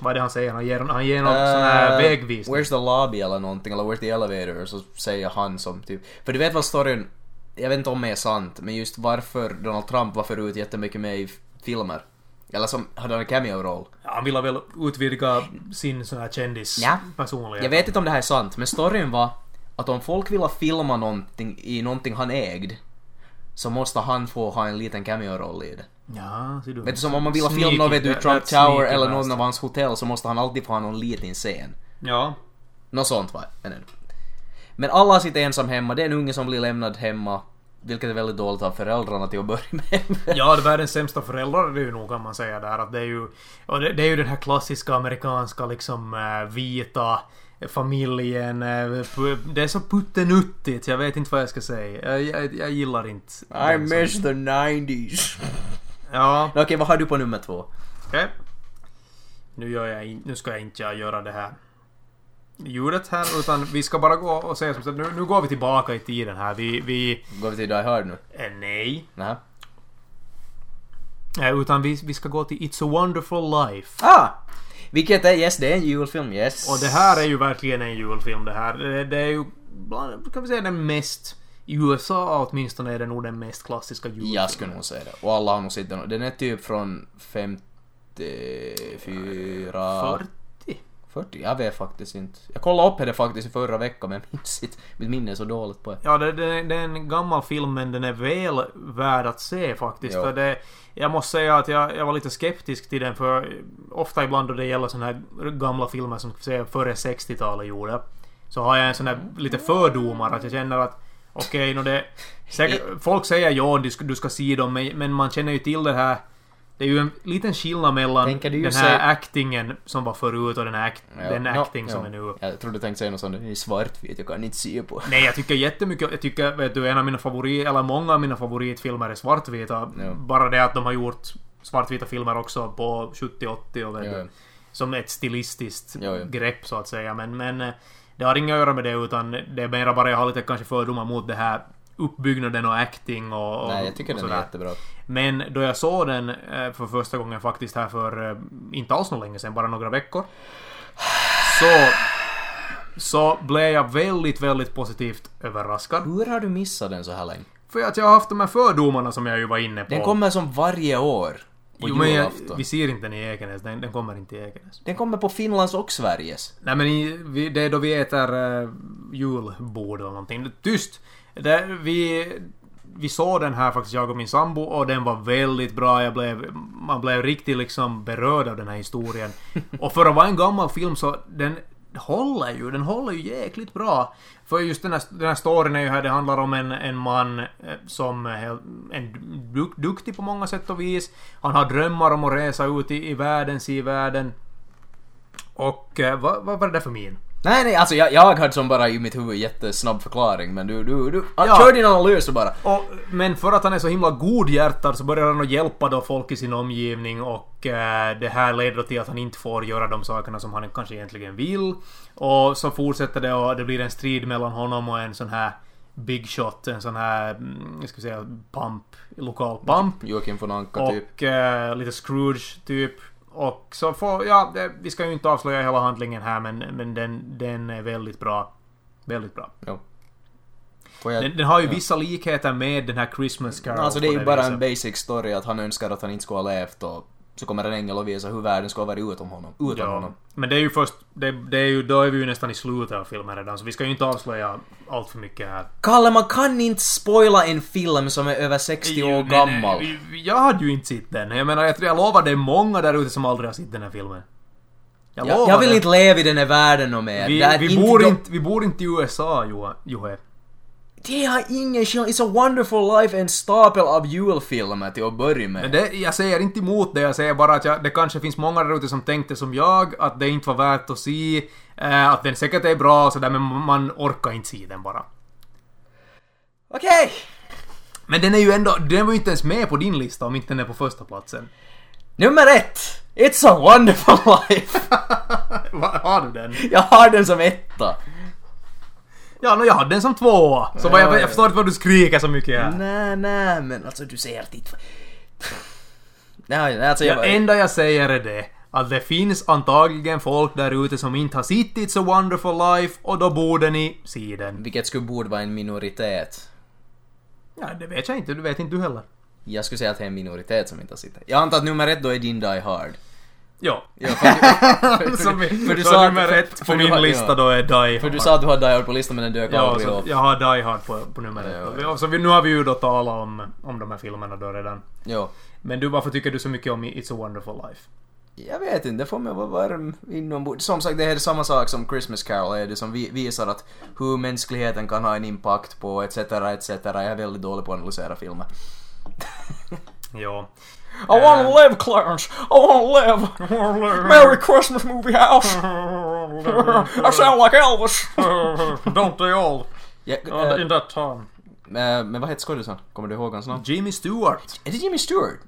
Vad är det han säger? Han ger, han ger någon Eh, sån här vägvisning. Where's the lobby eller någonting, eller where's the elevator? Så säger han som typ... För du vet vad storyn... Jag vet inte om det är sant, men just varför Donald Trump var förut jättemycket med i f- filmer. Eller som hade en cameo-roll. Han ville väl utvidga sin sån här kändis Ja. personlighet. Jag vet inte om det här är sant, men storyn var att om folk vill filma någonting i någonting han ägde så måste han få ha en liten cameo-roll i det. Ja, ser du. Vet du, som om man vill filma Sneaky, vet du, that- Trump that's Tower sneaky eller någon bastard. av hans hotell så måste han alltid få ha någon liten scen. Ja. Något sånt va? Men, ändå. men alla sitter ensam hemma, det är en unge som blir lämnad hemma. Vilket är väldigt dåligt av föräldrarna till att börja <laughs> med. Ja, det världens sämsta föräldrar är det ju nog kan man säga där. Att det, är ju, och det, det är ju den här klassiska amerikanska liksom eh, vita familjen. eh, pu- Det är så puttenuttigt, jag vet inte vad jag ska säga. Jag, jag, jag gillar inte... I den som- miss the 90s. Ja, Okej, vad har du på nummer två? okej. Nu, gör jag in, nu ska jag inte jag göra det här ljudet här, utan vi ska bara gå och säga som så. Nu, nu går vi tillbaka i tiden här. Vi... vi Går vi till Die Hard nu? eh, nej. Nähä. Eh, Utan vi, vi ska gå till It's a wonderful life. Ah! Vilket är, yes, det är en julfilm, yes. Och det här är ju verkligen en julfilm det här. Det- Det är ju, bland- kan vi säga den mest, i USA åtminstone är det nog den mest klassiska julfilmen. Jag skulle nog säga det. Och alla har nog sett den. Den är typ från 54... 40? 40? Jag vet faktiskt inte. Jag kollade upp det faktiskt i förra veckan men jag minns inte. Mitt minne är så dåligt på det. Ja, det, det, det är en gammal film men den är väl värd att se faktiskt. Jo. För det, jag måste säga att jag, jag var lite skeptisk till den för ofta ibland då det gäller såna här gamla filmer som ska vi säga, före 60-talet gjorde. Så har jag en sån här lite fördomar att jag känner att okej, okay, det... Säkert, folk säger ja, du ska, du ska se dem men, men man känner ju till det här det är ju en liten skillnad mellan Tänker du ju den här säga- actingen som var förut och den, här act, Ja. den Nå, acting ja. som är nu. Jag trodde du tänkte säga något sånt. Det är svartvitt, jag kan inte se på. Nej, jag tycker jättemycket... Jag tycker, vet du, en av mina favorit... Eller många av mina favoritfilmer är svartvita. Ja. Bara det att de har gjort svartvita filmer också på 70 80 och vet Ja, ja. du. Som ett stilistiskt Ja, ja. grepp så att säga. Men, men eh, det har inget att göra med det utan det är mera bara jag har lite kanske fördomar mot det här uppbyggnaden och acting och, och Nej, jag tycker och den är sådär. jättebra. Men då jag såg den eh, för första gången faktiskt här för eh, inte alls så länge sedan, bara några veckor. Så... Så blev jag väldigt, väldigt positivt överraskad. Hur har du missat den så här länge? För att jag har haft de här fördomarna som jag ju var inne på. Den kommer som varje år. På jo, men jag, julafton. vi ser inte den i Ekenäs, den, den kommer inte i Ekenäs. Den kommer på Finlands och Sveriges. Nej men i, vi, det är då vi äter eh, julbord eller någonting. Tyst! Det, vi, vi såg den här faktiskt, jag och min sambo, och den var väldigt bra. Jag blev, man blev riktigt liksom berörd av den här historien. Och för att vara en gammal film så den håller ju, den håller ju jäkligt bra. För just den här, den här storyn är ju här, det handlar om en, en man eh, som är hel- en duk, duktig på många sätt och vis. Han har drömmar om att resa ut i, i världen, se världen. Och eh, vad, vad var det där för min? Nej, nej, alltså jag, jag hade som bara i mitt huvud jättesnabb förklaring men du, du, du. Ja. Ja. Kör din analys och bara. Och, men för att han är så himla godhjärtad så börjar han att hjälpa då folk i sin omgivning och eh, det här leder då till att han inte får göra de sakerna som han kanske egentligen vill. Och så fortsätter det och det blir en strid mellan honom och en sån här big shot, en sån här, mm, jag ska säga, pump, lokal pump. Joakim von Anka typ. Och eh, lite Scrooge typ. Och så får, ja, det, vi ska ju inte avslöja hela handlingen här men, men den, den är väldigt bra. Väldigt bra. Ja. Får jag... Den, den har ju vissa likheter med den här Christmas Carol. alltså det är på ju bara viset. en basic story att han önskar att han inte skulle ha levt och så kommer en ängel och visar hur världen ska vara utom honom. Utan Ja, honom. men det är ju först... Det, det är ju, då är vi ju nästan i slutet av filmen redan, så vi ska ju inte avslöja allt för mycket här. Kalle, man kan inte spoila en film som är över 60 år Jo, eh, nej, gammal. nej, Jag hade ju inte sett den. Jag menar, jag tror jag lovar det är många där ute som aldrig har sett den här filmen. Jag Jag, lovar jag vill det. inte leva i den här världen och mer. Vi, Där vi, bor de- inte, vi bor inte i USA, Joa- Johe. Det har ingen skillnad. It's a wonderful life, en stapel av julfilmer till att börja med. Men det, jag säger inte emot det, jag säger bara att jag, det kanske finns många där ute som tänkte som jag, att det inte var värt att se, eh, att den säkert är bra och sådär, men man orkar inte se den bara. Okej! Men den är ju ändå, den var ju inte ens med på din lista om inte den är på första platsen. Nummer ett! It's a wonderful <laughs> life! <laughs> Va, har du den? Jag har den som etta. Ja, no, jag hade den som tvåa. Så vad jag, jag förstår inte vad du skriker så mycket här. Nej, nej, men alltså du ser ditt... Nej, nej, alltså jag Det bara... enda jag säger är det att det finns antagligen folk där ute som inte har sett It's a wonderful life och då borde ni se den. Vilket skulle borde vara en minoritet. Ja, det vet jag inte. Du vet inte du heller. Jag skulle säga att det är en minoritet som inte har sett den. Jag antar att nummer ett då är din Die Hard. Ja. Ja, för, Som, för <laughs> du så sa att- nummer för- ett för på du min har- lista ja. då är Die Hard. för du sa att du har Die Hard på listan men den dök Ja, aldrig så upp. jag har Die Hard på, på nummer ett. Ja, då. Och så vi, nu har vi ju då talat om, om de här filmerna då redan. Jo. Men du, varför tycker du så mycket om It's a wonderful life? Jag vet inte, det får mig att vara varm inombords. Som sagt, det är samma sak som Christmas Carol är det som vi- visar att hur mänskligheten kan ha en impact på etc. etc. Jag är väldigt dålig på att analysera filmer. Ja. I wanna live Clarence! I wanna live! Merry Christmas movie house! <laughs> I sound like Elvis! <laughs> Don't they all? Ja, Uh, <laughs> eh, in that time. eh, men vad heter skådisen? Kommer du ihåg hans namn? Jimmy Stewart. Är det Jimmy Stewart?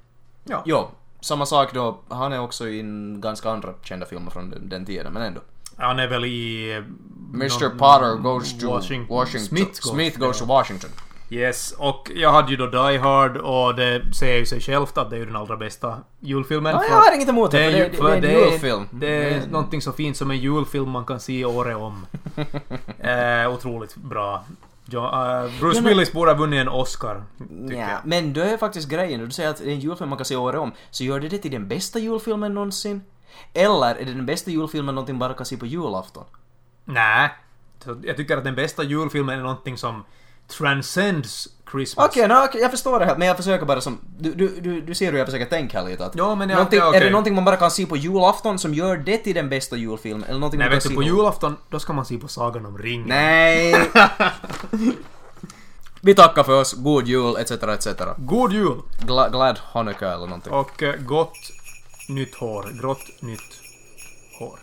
Ja. Jo, samma sak då. Han är också i en ganska andra kända filmer från den, den tiden, men ändå. Han är väl i... eh, Mr någon- Potter goes to Washington. Washington. Smith goes- Smith goes ja. to Washington. Yes, och jag hade ju då Die Hard och det säger ju sig självt att det är ju den allra bästa julfilmen. Ja, för jag har inget emot det, det, är för ju, det, för det, det är en julfilm. Mm. Det är någonting så fint som en julfilm man kan se året <laughs> om. eh, otroligt bra. Ja, eh, Bruce Willis borde ha vunnit en Oscar. Tycker Nja, jag. men då är faktiskt grejen, när du säger att det är en julfilm man kan se året om, så gör det det till den bästa julfilmen någonsin? Eller är det den bästa julfilmen någonting bara kan se på julafton? Nej. Så Jag tycker att den bästa julfilmen är någonting som transcends Christmas. Okej, nå, okej, jag förstår det här, men jag försöker bara som... Du, du, du, du ser hur jag försöker tänka här lite att... Ja, men ja, någonting, okej, okej. Är det någonting man bara kan se på julafton som gör det till den bästa julfilmen? Eller någonting Nej, man kan vet du, se på julafton, då ska man se på Sagan om ringen. <laughs> Nej! Vi tackar för oss, god jul, etc, etc. God jul! Gla, glad Hanukkah eller någonting. Och eh, gott nytt hår. Grått nytt hår.